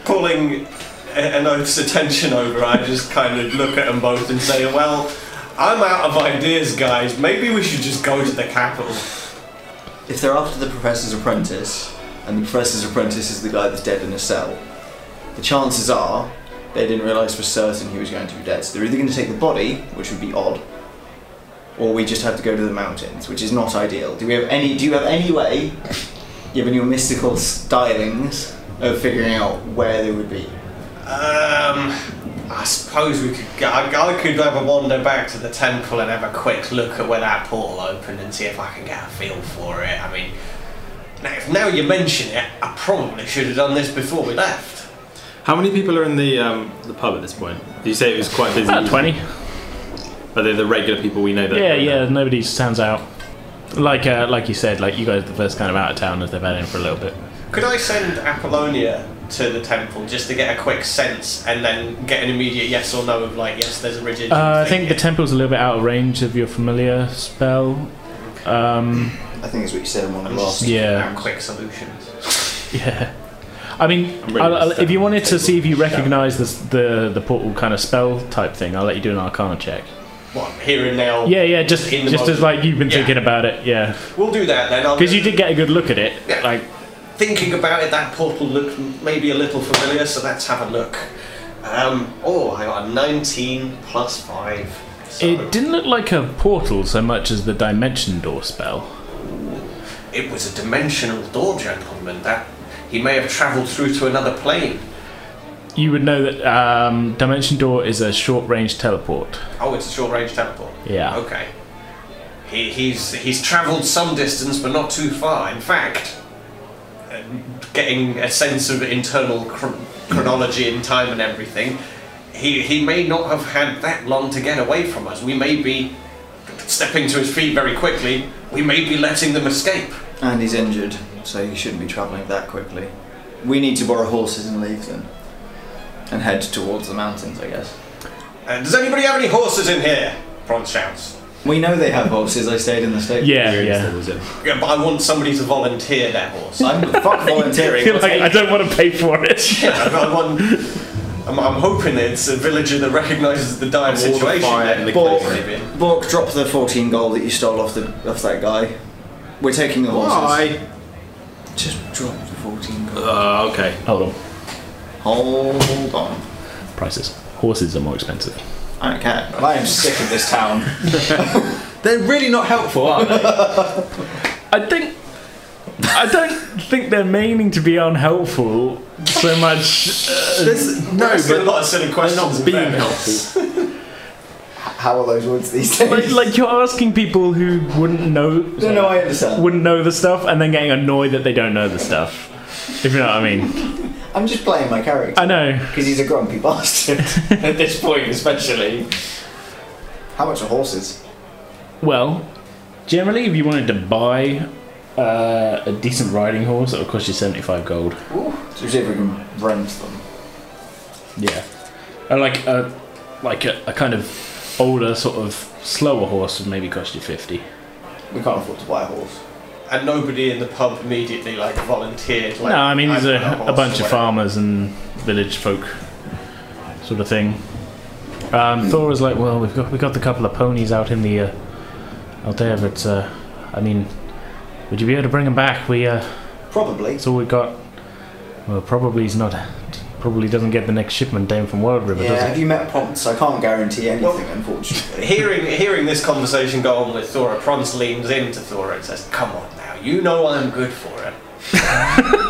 S3: pulling a- an oath's attention over, I just kind of look at them both and say, Well, I'm out of ideas, guys. Maybe we should just go to the capital.
S2: If they're after the professor's apprentice, and the professor's apprentice is the guy that's dead in a cell, the chances are they didn't realise for certain he was going to be dead. So they're either going to take the body, which would be odd, or we just have to go to the mountains, which is not ideal. Do we have any? Do you have any way, given your mystical stylings, of figuring out where they would be?
S3: Um, I suppose we could go. I, I could have a wander back to the temple and have a quick look at where that portal opened and see if I can get a feel for it. I mean, now, if now you mention it, I probably should have done this before we left.
S4: How many people are in the um, the pub at this point? Did you say it was quite busy?
S1: About 20.
S4: Are they the regular people we know? That
S1: Yeah, yeah, nobody stands out. Like uh, like you said, like you guys are the first kind of out of towners they've had in for a little bit.
S3: Could I send Apollonia to the temple just to get a quick sense and then get an immediate yes or no of like, yes, there's a rigid.
S1: Uh, I
S3: thing
S1: think the
S3: here?
S1: temple's a little bit out of range of your familiar spell. Um,
S2: I think is what you said in one of
S3: I'm
S2: the last.
S3: just thinking
S1: Yeah.
S3: about quick solutions.
S1: yeah. I mean,
S4: I'm ready
S1: I'll,
S4: to
S1: I'll, if
S4: stand
S1: you
S4: on
S1: wanted
S4: the
S1: to see if you
S4: table.
S1: recognise this- the, the portal kind of spell type thing, I'll let you do an Arcana check.
S3: What here and now?
S1: Yeah, yeah, just
S3: In the
S1: just as
S3: moment.
S1: like you've been
S3: Yeah.
S1: thinking about it, yeah.
S3: We'll do that then. I'll-
S1: Because you did get a good look at it,
S3: Yeah.
S1: like
S3: thinking about it, that portal looked maybe a little familiar, so let's have a look. Um, oh, I got a 19 plus 5. So
S1: It didn't look like a portal so much as the dimension door spell.
S3: it was a dimensional door, gentlemen. That he may have travelled through to another plane.
S1: You would know that um, dimension door is a short range teleport.
S3: Oh, it's a short-range teleport.
S1: Yeah.
S3: Okay. He, he's he's travelled some distance, but not too far. In fact, uh, getting a sense of internal chron- chronology and time and everything, he he may not have had that long to get away from us. We may be stepping to his feet very quickly. We may be letting them escape.
S2: And he's injured, so he shouldn't be travelling that quickly. We need to borrow horses and leave them, and head towards the mountains, I guess.
S3: Uh, does anybody have any horses in here? Bronze shouts.
S2: We know they have horses. I stayed in the state.
S1: Yeah, yeah.
S3: Yeah, but I want somebody to volunteer their horse.
S2: I'm
S1: <laughs>
S2: fuck
S1: I
S2: volunteering.
S1: feel like I don't want to pay for it. <laughs>
S3: Yeah, I want. I'm, I'm hoping that it's a villager that recognises the dire situation.
S4: fire
S3: that
S4: and the
S3: Borg
S4: cloak.
S3: live in.
S2: Bork, drop the 14 gold that you stole off the off that guy. We're taking the horses.
S7: Why?
S2: Just drop the 14 gold.
S4: Uh, okay.
S1: Hold on,
S2: Hold on.
S1: prices. Horses are more expensive.
S2: I don't care. I am sick of this town.
S4: They're really not helpful, are they?
S1: I think. I don't think they're meaning to be unhelpful so much.
S10: uh,
S7: This, no,
S3: There's a
S7: but
S3: lot of silly questions. in
S4: being
S3: there.
S4: helpful.
S2: How are those words these days?
S1: Like, like you're asking people who wouldn't know
S2: no, no, I understand.
S1: wouldn't know the stuff and then getting annoyed that they don't know the stuff. If you know what I mean.
S11: I'm just playing my character.
S6: I know.
S11: Because he's a grumpy
S1: <laughs>
S11: bastard at this point, especially. How much are horses?
S10: Well, generally, if you wanted to buy uh, a decent riding horse, it would cost you 75 gold.
S11: So see if we can rent them.
S10: Yeah. And like a, like a, a kind of older, sort of slower horse would maybe cost you 50.
S11: We can't afford to buy a horse.
S3: And nobody in the pub immediately like volunteered. Like,
S10: no, I mean, there's
S3: "I've got
S10: a, a bunch
S3: horse," or
S10: of
S3: whatever.
S10: farmers and village folk sort of thing.
S1: Um, Thor is like, well, we've got we got the couple of ponies out in the uh, out there, but uh, I mean, would you be able to bring them back? We uh,
S11: Probably.
S1: so we got. Well, probably he's not. Probably doesn't get the next shipment down from World River,
S11: yeah,
S1: does
S11: have
S1: he?
S11: you met Prompts? I can't guarantee anything,
S3: Well-
S11: unfortunately.
S3: Hearing hearing this conversation go on with Thora, Prons leans into Thora and says, "Come on now, you know I'm good for it."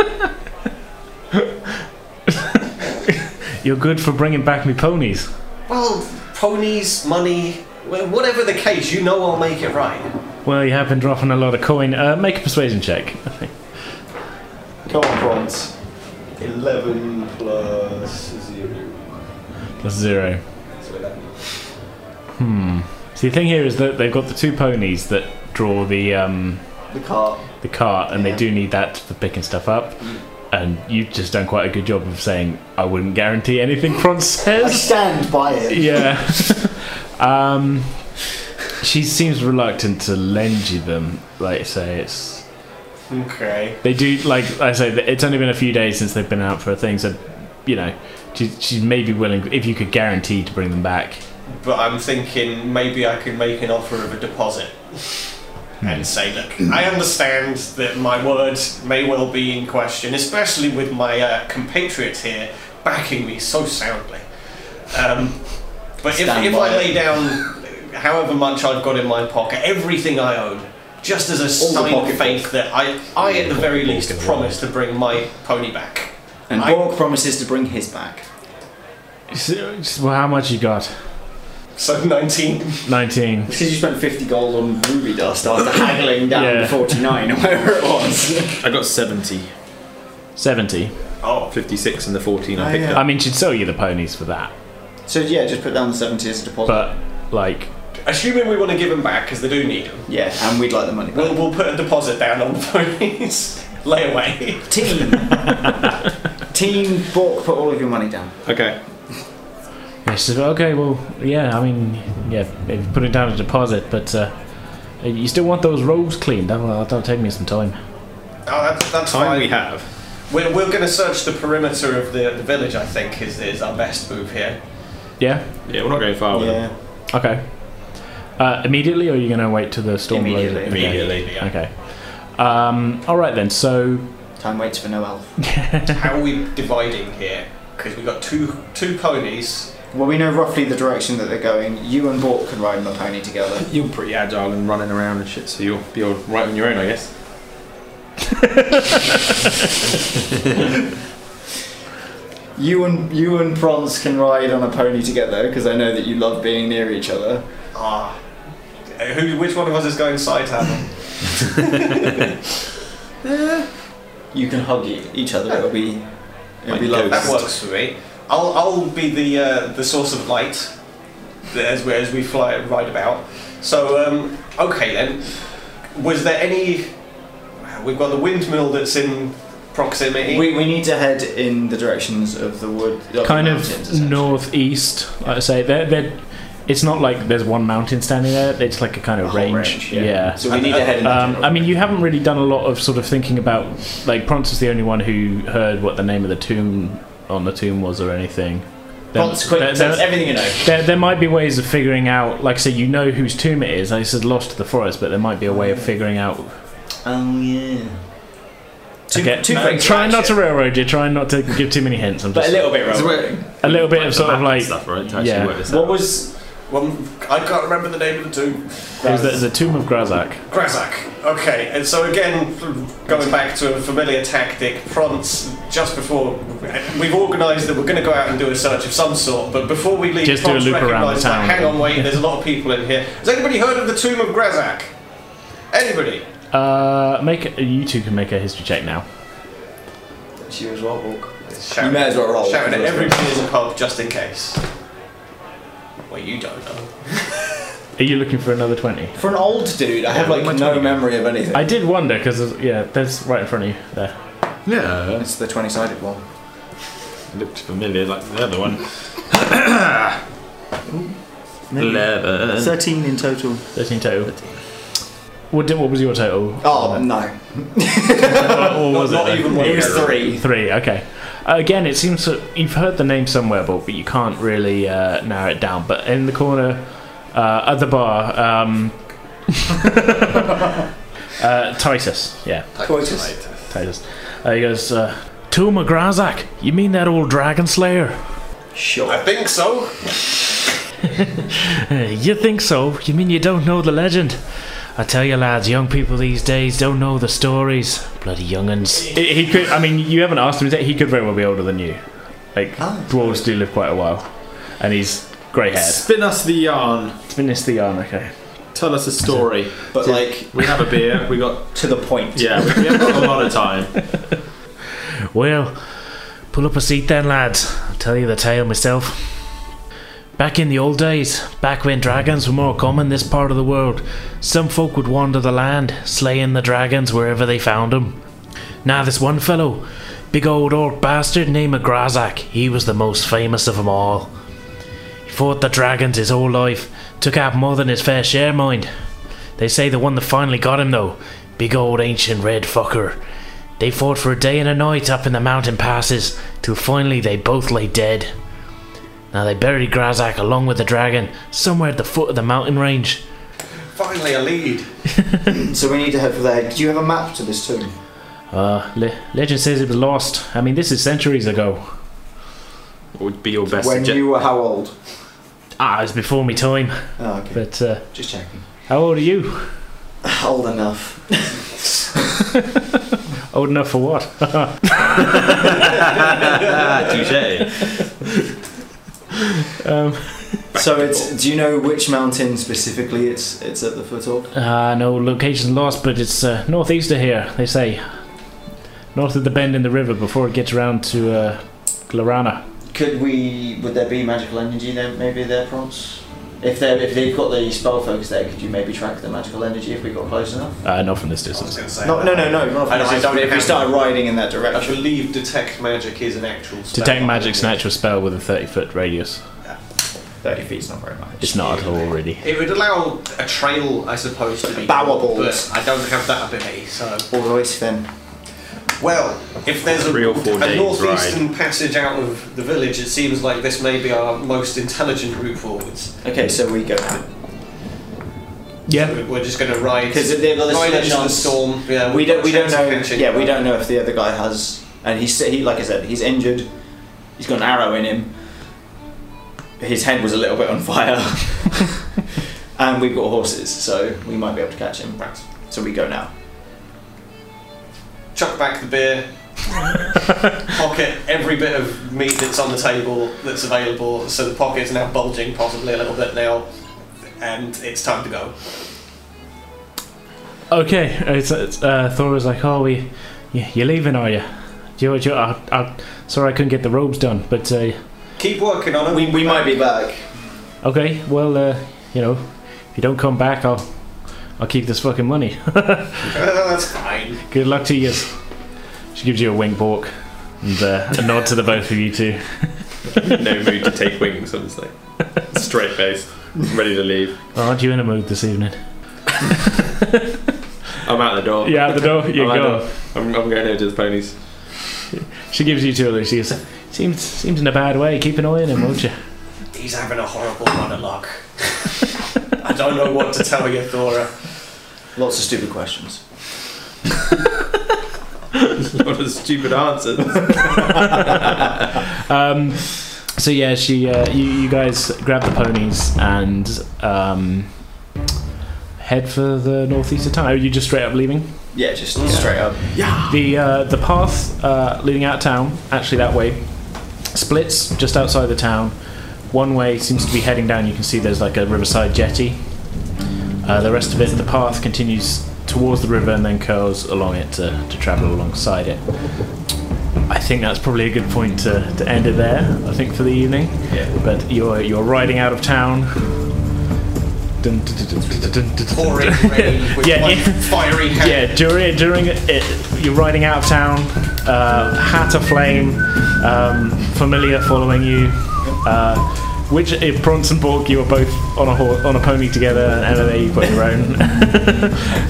S1: You're good for bringing back me ponies.
S3: Well, ponies, money, wh- whatever the case, you know I'll make it right.
S1: Well, you have been dropping a lot of coin. Uh, make a persuasion check. <laughs>
S2: Come on, Bronze.
S3: Eleven plus zero.
S1: That's zero.
S3: So eleven.
S1: See, the thing here is that they've got the two ponies that draw the um,
S11: the cart.
S1: the cart, and
S11: Yeah.
S1: they do need that for picking stuff up. And you've just done quite a good job of saying, I wouldn't guarantee anything Franz
S11: I
S2: <laughs>
S1: says.
S11: stand by it.
S1: yeah. <laughs> um, she seems reluctant to lend you them. Like, say, it's.
S3: Okay.
S1: They do, like I say, it's only been a few days since they've been out for a thing, so, you know, she, she may be willing, if you could guarantee to bring them back.
S3: But I'm thinking maybe I could make an offer of a deposit and say, look,
S11: Mm.
S3: I understand that my word may well be in question, especially with my uh, compatriots here backing me so soundly. Um, but if,
S11: Stand
S3: if
S11: by
S3: I
S11: it.
S3: lay down however much I've got in my pocket, everything I own, just as a
S11: All the
S3: sign of
S11: pocket
S3: faith that I, I at the very least promise to bring my pony back.
S11: And
S3: I-
S11: Borg promises to bring his back.
S1: So, well, how much you got?
S3: So <laughs> 19.
S1: 19.
S11: Because you spent 50 gold on ruby dust after haggling down
S1: Yeah.
S11: to 49 or whatever it was.
S1: <laughs>
S4: <laughs> I got 70.
S1: 70.
S3: Oh,
S4: 56 and the 14 I
S2: Oh,
S4: picked
S2: yeah.
S4: up.
S1: I mean, she'd sell you the ponies for that,
S2: So yeah, just put down the seventy as a deposit.
S1: but, like,
S3: assuming we want to give them back because they do need them.
S11: yeah, and we'd like the money back.
S3: We'll, we'll put a deposit down on the <laughs> ponies. Layaway.
S1: <laughs>
S11: Team! Team Borg, put all of your money down.
S4: Okay.
S1: I said, okay, well, yeah, I mean, yeah, maybe put it down a deposit, but uh, you still want those roads cleaned. That'll, that'll take me some time.
S3: Oh, that's, that's
S4: Time we
S3: fine.
S4: have.
S3: We're, we're going to search the perimeter of the, the village, I think, is, is our best move here.
S1: Yeah?
S4: Yeah, we're not going
S1: Oh,
S4: far with
S2: yeah.
S1: Okay. Uh, immediately, or are you going to wait till the storm blows?
S11: Immediately.
S1: Okay.
S4: them. Immediately.
S3: Yeah.
S1: Okay. Um, all right, then, so.
S11: Time waits for no elf.
S3: How are we dividing here? Because we've got two two ponies.
S2: Well, we know roughly the direction that they're going. You and Bork can ride on the pony together.
S4: You're pretty agile and running around and shit, so you'll be all right on your own, I guess.
S2: You and you and Prons can ride on a pony together because I know that you love being near each other.
S3: Ah. Who, which one of us is going side saddle?
S2: You can hug e- each other. It'll be it'll be lovely.
S4: Like
S3: that works for me. I'll, I'll be the uh, the source of light as we, as we fly ride about. So um, okay then, was there any? We've got the windmill that's in proximity.
S2: We, we need to head in the directions of the wood. of the
S1: kind
S2: mountains,
S1: of
S2: essentially.
S1: northeast. Like I say, they're, they're, it's not like there's one mountain standing there. It's like a kind
S2: A
S1: of
S2: whole
S1: range.
S2: range, yeah.
S1: yeah.
S2: So we need to head in that
S1: Um, I mean, you haven't really done a lot of sort of thinking about. Like, Prance is the only one who heard what the name of the tomb on the tomb was or anything. There,
S2: Prons quick
S1: there-
S2: tell us
S1: there-
S2: everything you know.
S1: there- there might be ways of figuring out. Like I said, you know whose tomb it is. I said lost to the forest, but there might be a way of figuring out.
S2: Oh yeah. Two,
S1: Okay,
S2: two
S1: no,
S2: things.
S1: trying not to railroad you. Trying not to give too many hints. I'm
S2: but
S1: just
S2: a little bit
S7: So
S2: wrong.
S7: wait,
S1: a little bit of
S4: The
S1: sort of
S4: map and
S1: like.
S4: stuff, right? To actually
S1: yeah.
S4: work this
S2: What
S4: out.
S2: was
S3: Well, I can't remember the name of the tomb.
S1: It was the, the tomb of Grazak.
S3: Grazak. Okay, and so again, going back to a familiar tactic, Prance, just before, we've organised that we're going to go out and do a search of some sort, but before we leave,
S1: Just do a
S3: Prance
S1: loop around the
S3: recognises that,
S1: town.
S3: Hang on, wait, there's a lot of people in here. Has anybody heard of the Tomb of Grazak? Anybody?
S1: Uh, make you two can make a history check now.
S2: she was what? Bork?
S3: Shouting,
S2: may as well roll.
S3: Shouting at everybody in the pub just in case. Well, you don't know.
S10: Are you looking for another 20?
S2: For an old dude, I have like no memory of anything.
S10: I did wonder because, yeah, there's right in front of you there.
S4: Yeah,
S2: It's the 20 sided one.
S4: looked familiar like the other <coughs> one. Eleven.
S2: 13 in total.
S10: 13 total. What, did, what was your total?
S2: Oh, no.
S10: or was it?
S3: Not
S10: then?
S3: even one.
S2: It was three.
S10: Three, okay. Uh, again, it seems that you've heard the name somewhere, but, but you can't really uh, narrow it down. But in the corner uh, at the bar, um, <laughs> uh, Titus, yeah,
S2: Coitus.
S10: Titus. Uh, he goes, uh, Tuma Grazak, you mean that old dragon slayer?
S2: Sure.
S3: I think so.
S1: Uh, You think so? You mean you don't know the legend? I tell you, lads, young people these days don't know the stories. Bloody young'uns.
S10: He, he could. I mean, you haven't asked him. is it? He could very well be older than you. Like dwarves do live quite a while, and he's grey-haired.
S7: Spin us the yarn.
S10: Finish the yarn, okay.
S7: Tell us a story.
S2: But like,
S7: We have a beer. We got
S2: to the point.
S7: yeah. We, we have got a lot of time.
S1: Well, pull up a seat then, lads. I'll tell you the tale myself. Back in the old days, back when dragons were more common this part of the world, some folk would wander the land, slaying the dragons wherever they found 'em. Now, this one fellow, big old orc bastard named Grazak, he was the most famous of 'em all. He fought the dragons his whole life, took out more than his fair share, mind. They say the one that finally got him, though, big old ancient red fucker. They fought for a day and a night up in the mountain passes, till finally they both lay dead. Now they buried Grazak along with the dragon somewhere at the foot of the mountain range.
S3: Finally, a lead.
S2: So we need to head for there. Do you have a map to this tomb?
S1: Uh, le- legend says it was lost. I mean, this is centuries ago.
S4: What would be your best?
S2: When
S4: sugge-
S2: you were how old?
S1: Ah, it's before me time.
S2: Oh, okay.
S1: But uh,
S2: Just checking.
S1: how old are you?
S2: <sighs> Old enough.
S1: Old enough for what?
S4: Ah, <laughs> touche.
S1: Um,
S2: So it's. Do you know which mountain specifically it's it's at the foot of?
S1: Uh, no location lost, but it's uh, northeast of here. They say north of the bend in the river before it gets around to uh, Glarana.
S2: Could we? Would there be magical energy there? Maybe there, Prance. If they if they've got the spell focus there, could you maybe track the magical energy if we got close enough?
S1: Uh, not from this
S3: I was
S1: distance.
S3: going to say.
S2: No,
S3: that.
S2: no, no, no. Not
S3: I don't- I don't
S2: if we
S3: have-
S2: started riding in that
S3: I
S2: direction,
S3: believe detect magic is an actual. spell.
S1: Detect magic's an actual spell with a 30 foot radius.
S2: thirty feet's not very much.
S1: It's not at all, really.
S3: It would allow a trail, I suppose, to be.
S2: Bower balls.
S3: But I don't have that ability, so.
S2: All right then.
S3: Well, if there's a,
S4: Three or four
S3: a
S4: days
S3: northeastern passage out of the village, it seems like this may be our most intelligent route forwards.
S2: Okay, so we go.
S1: Yeah.
S3: We're we're just going to ride.
S2: Because they've got this
S3: ride into the
S2: chance-
S3: storm. Yeah,
S2: We
S3: we've
S2: don't.
S3: got
S2: We
S3: a
S2: don't
S3: chance of
S2: know.
S3: catching
S2: Yeah, we
S3: them.
S2: don't know if the other guy has. And he's he like I said, he's injured. He's got an arrow in him. His head was a little bit on fire. and we've got horses, so we might be able to catch him.
S3: Right.
S2: So we go now.
S3: Chuck back the <laughs> beer. pocket every bit of meat that's on the table that's available. So the pocket's now bulging possibly a little bit now, and it's time to go.
S1: Okay, it's, it's, uh, Thor was like, oh, we, you, you're leaving, are you? Do you, do you, I, I, sorry I couldn't get the robes done, but uh,
S3: Keep working on it.
S2: We, we might be back.
S1: okay, well, uh, you know, if you don't come back, I'll, I'll keep this fucking money.
S3: <laughs> that's fine.
S1: Good luck to you. She gives you a wink walk and uh, a nod to the both of you two.
S4: no mood to take wings, honestly. Straight face, ready to leave.
S1: Oh, aren't you in a mood this evening?
S4: I'm out the door.
S1: Yeah, out the <laughs>
S4: <laughs>
S1: door. You
S4: I'm out
S1: go.
S4: the door. I'm, I'm going over to the ponies.
S1: She gives you two of those. She goes, seems seems in a bad way. Keep an eye on him, won't you?
S3: He's having a horrible run of luck. <laughs> I don't know what to tell you, Thora.
S2: Lots of stupid questions.
S4: <laughs> What a stupid answer.
S1: Um, so yeah, she uh, you you guys grab the ponies and um, head for the northeast of town. Are you just straight up leaving?
S2: Yeah, just straight up.
S1: The uh, the path uh, leading out of town, actually that way, splits just outside the town. One way seems to be heading down. You can see there's like a riverside jetty. Uh, the rest of it, the path continues towards the river and then curls along it to, to travel alongside it.
S12: I think that's probably a good point to, to end it there. I think for the evening. Yeah. But you're you're riding out of town. Dun, dun, dun, dun, dun, dun, dun, dun,
S3: Pouring
S12: dun.
S1: <laughs>
S3: rain with
S12: <laughs> Yeah,
S3: one
S12: yeah.
S3: fiery hand.
S12: Yeah, during during it, you're riding out of town, uh, hat aflame, um, familiar following you. Uh, which if Bronson and Borg, you are both on a hor on a pony together, and there you've got your own, <laughs>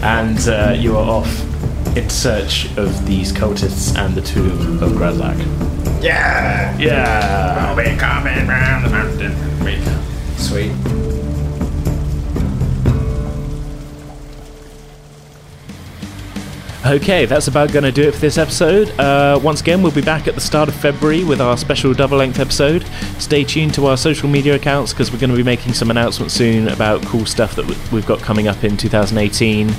S12: and uh, you are off in search of these cultists and the tomb of Grazak. Yeah, yeah. We're coming round the mountain.
S2: Sweet.
S1: Okay, that's about going to do it for this episode. Uh, once again, we'll be back at the start of February with our special double length episode. Stay tuned to our social media accounts because we're going to be making some announcements soon about cool stuff that we- we've got coming up in 2018.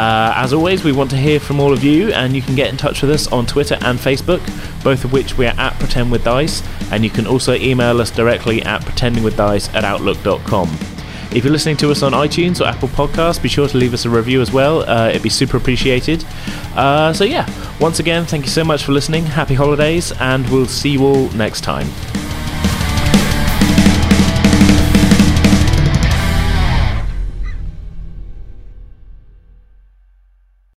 S1: Uh, as always, we want to hear from all of you, and you can get in touch with us on Twitter and Facebook, both of which we are at Pretend with Dice, and you can also email us directly at pretendingwithdice at outlook.com. If you're listening to us on iTunes or Apple Podcasts, be sure to leave us a review as well. Uh, it'd be super appreciated. Uh, so, yeah, once again, thank you so much for listening. Happy holidays, and we'll see you all next time.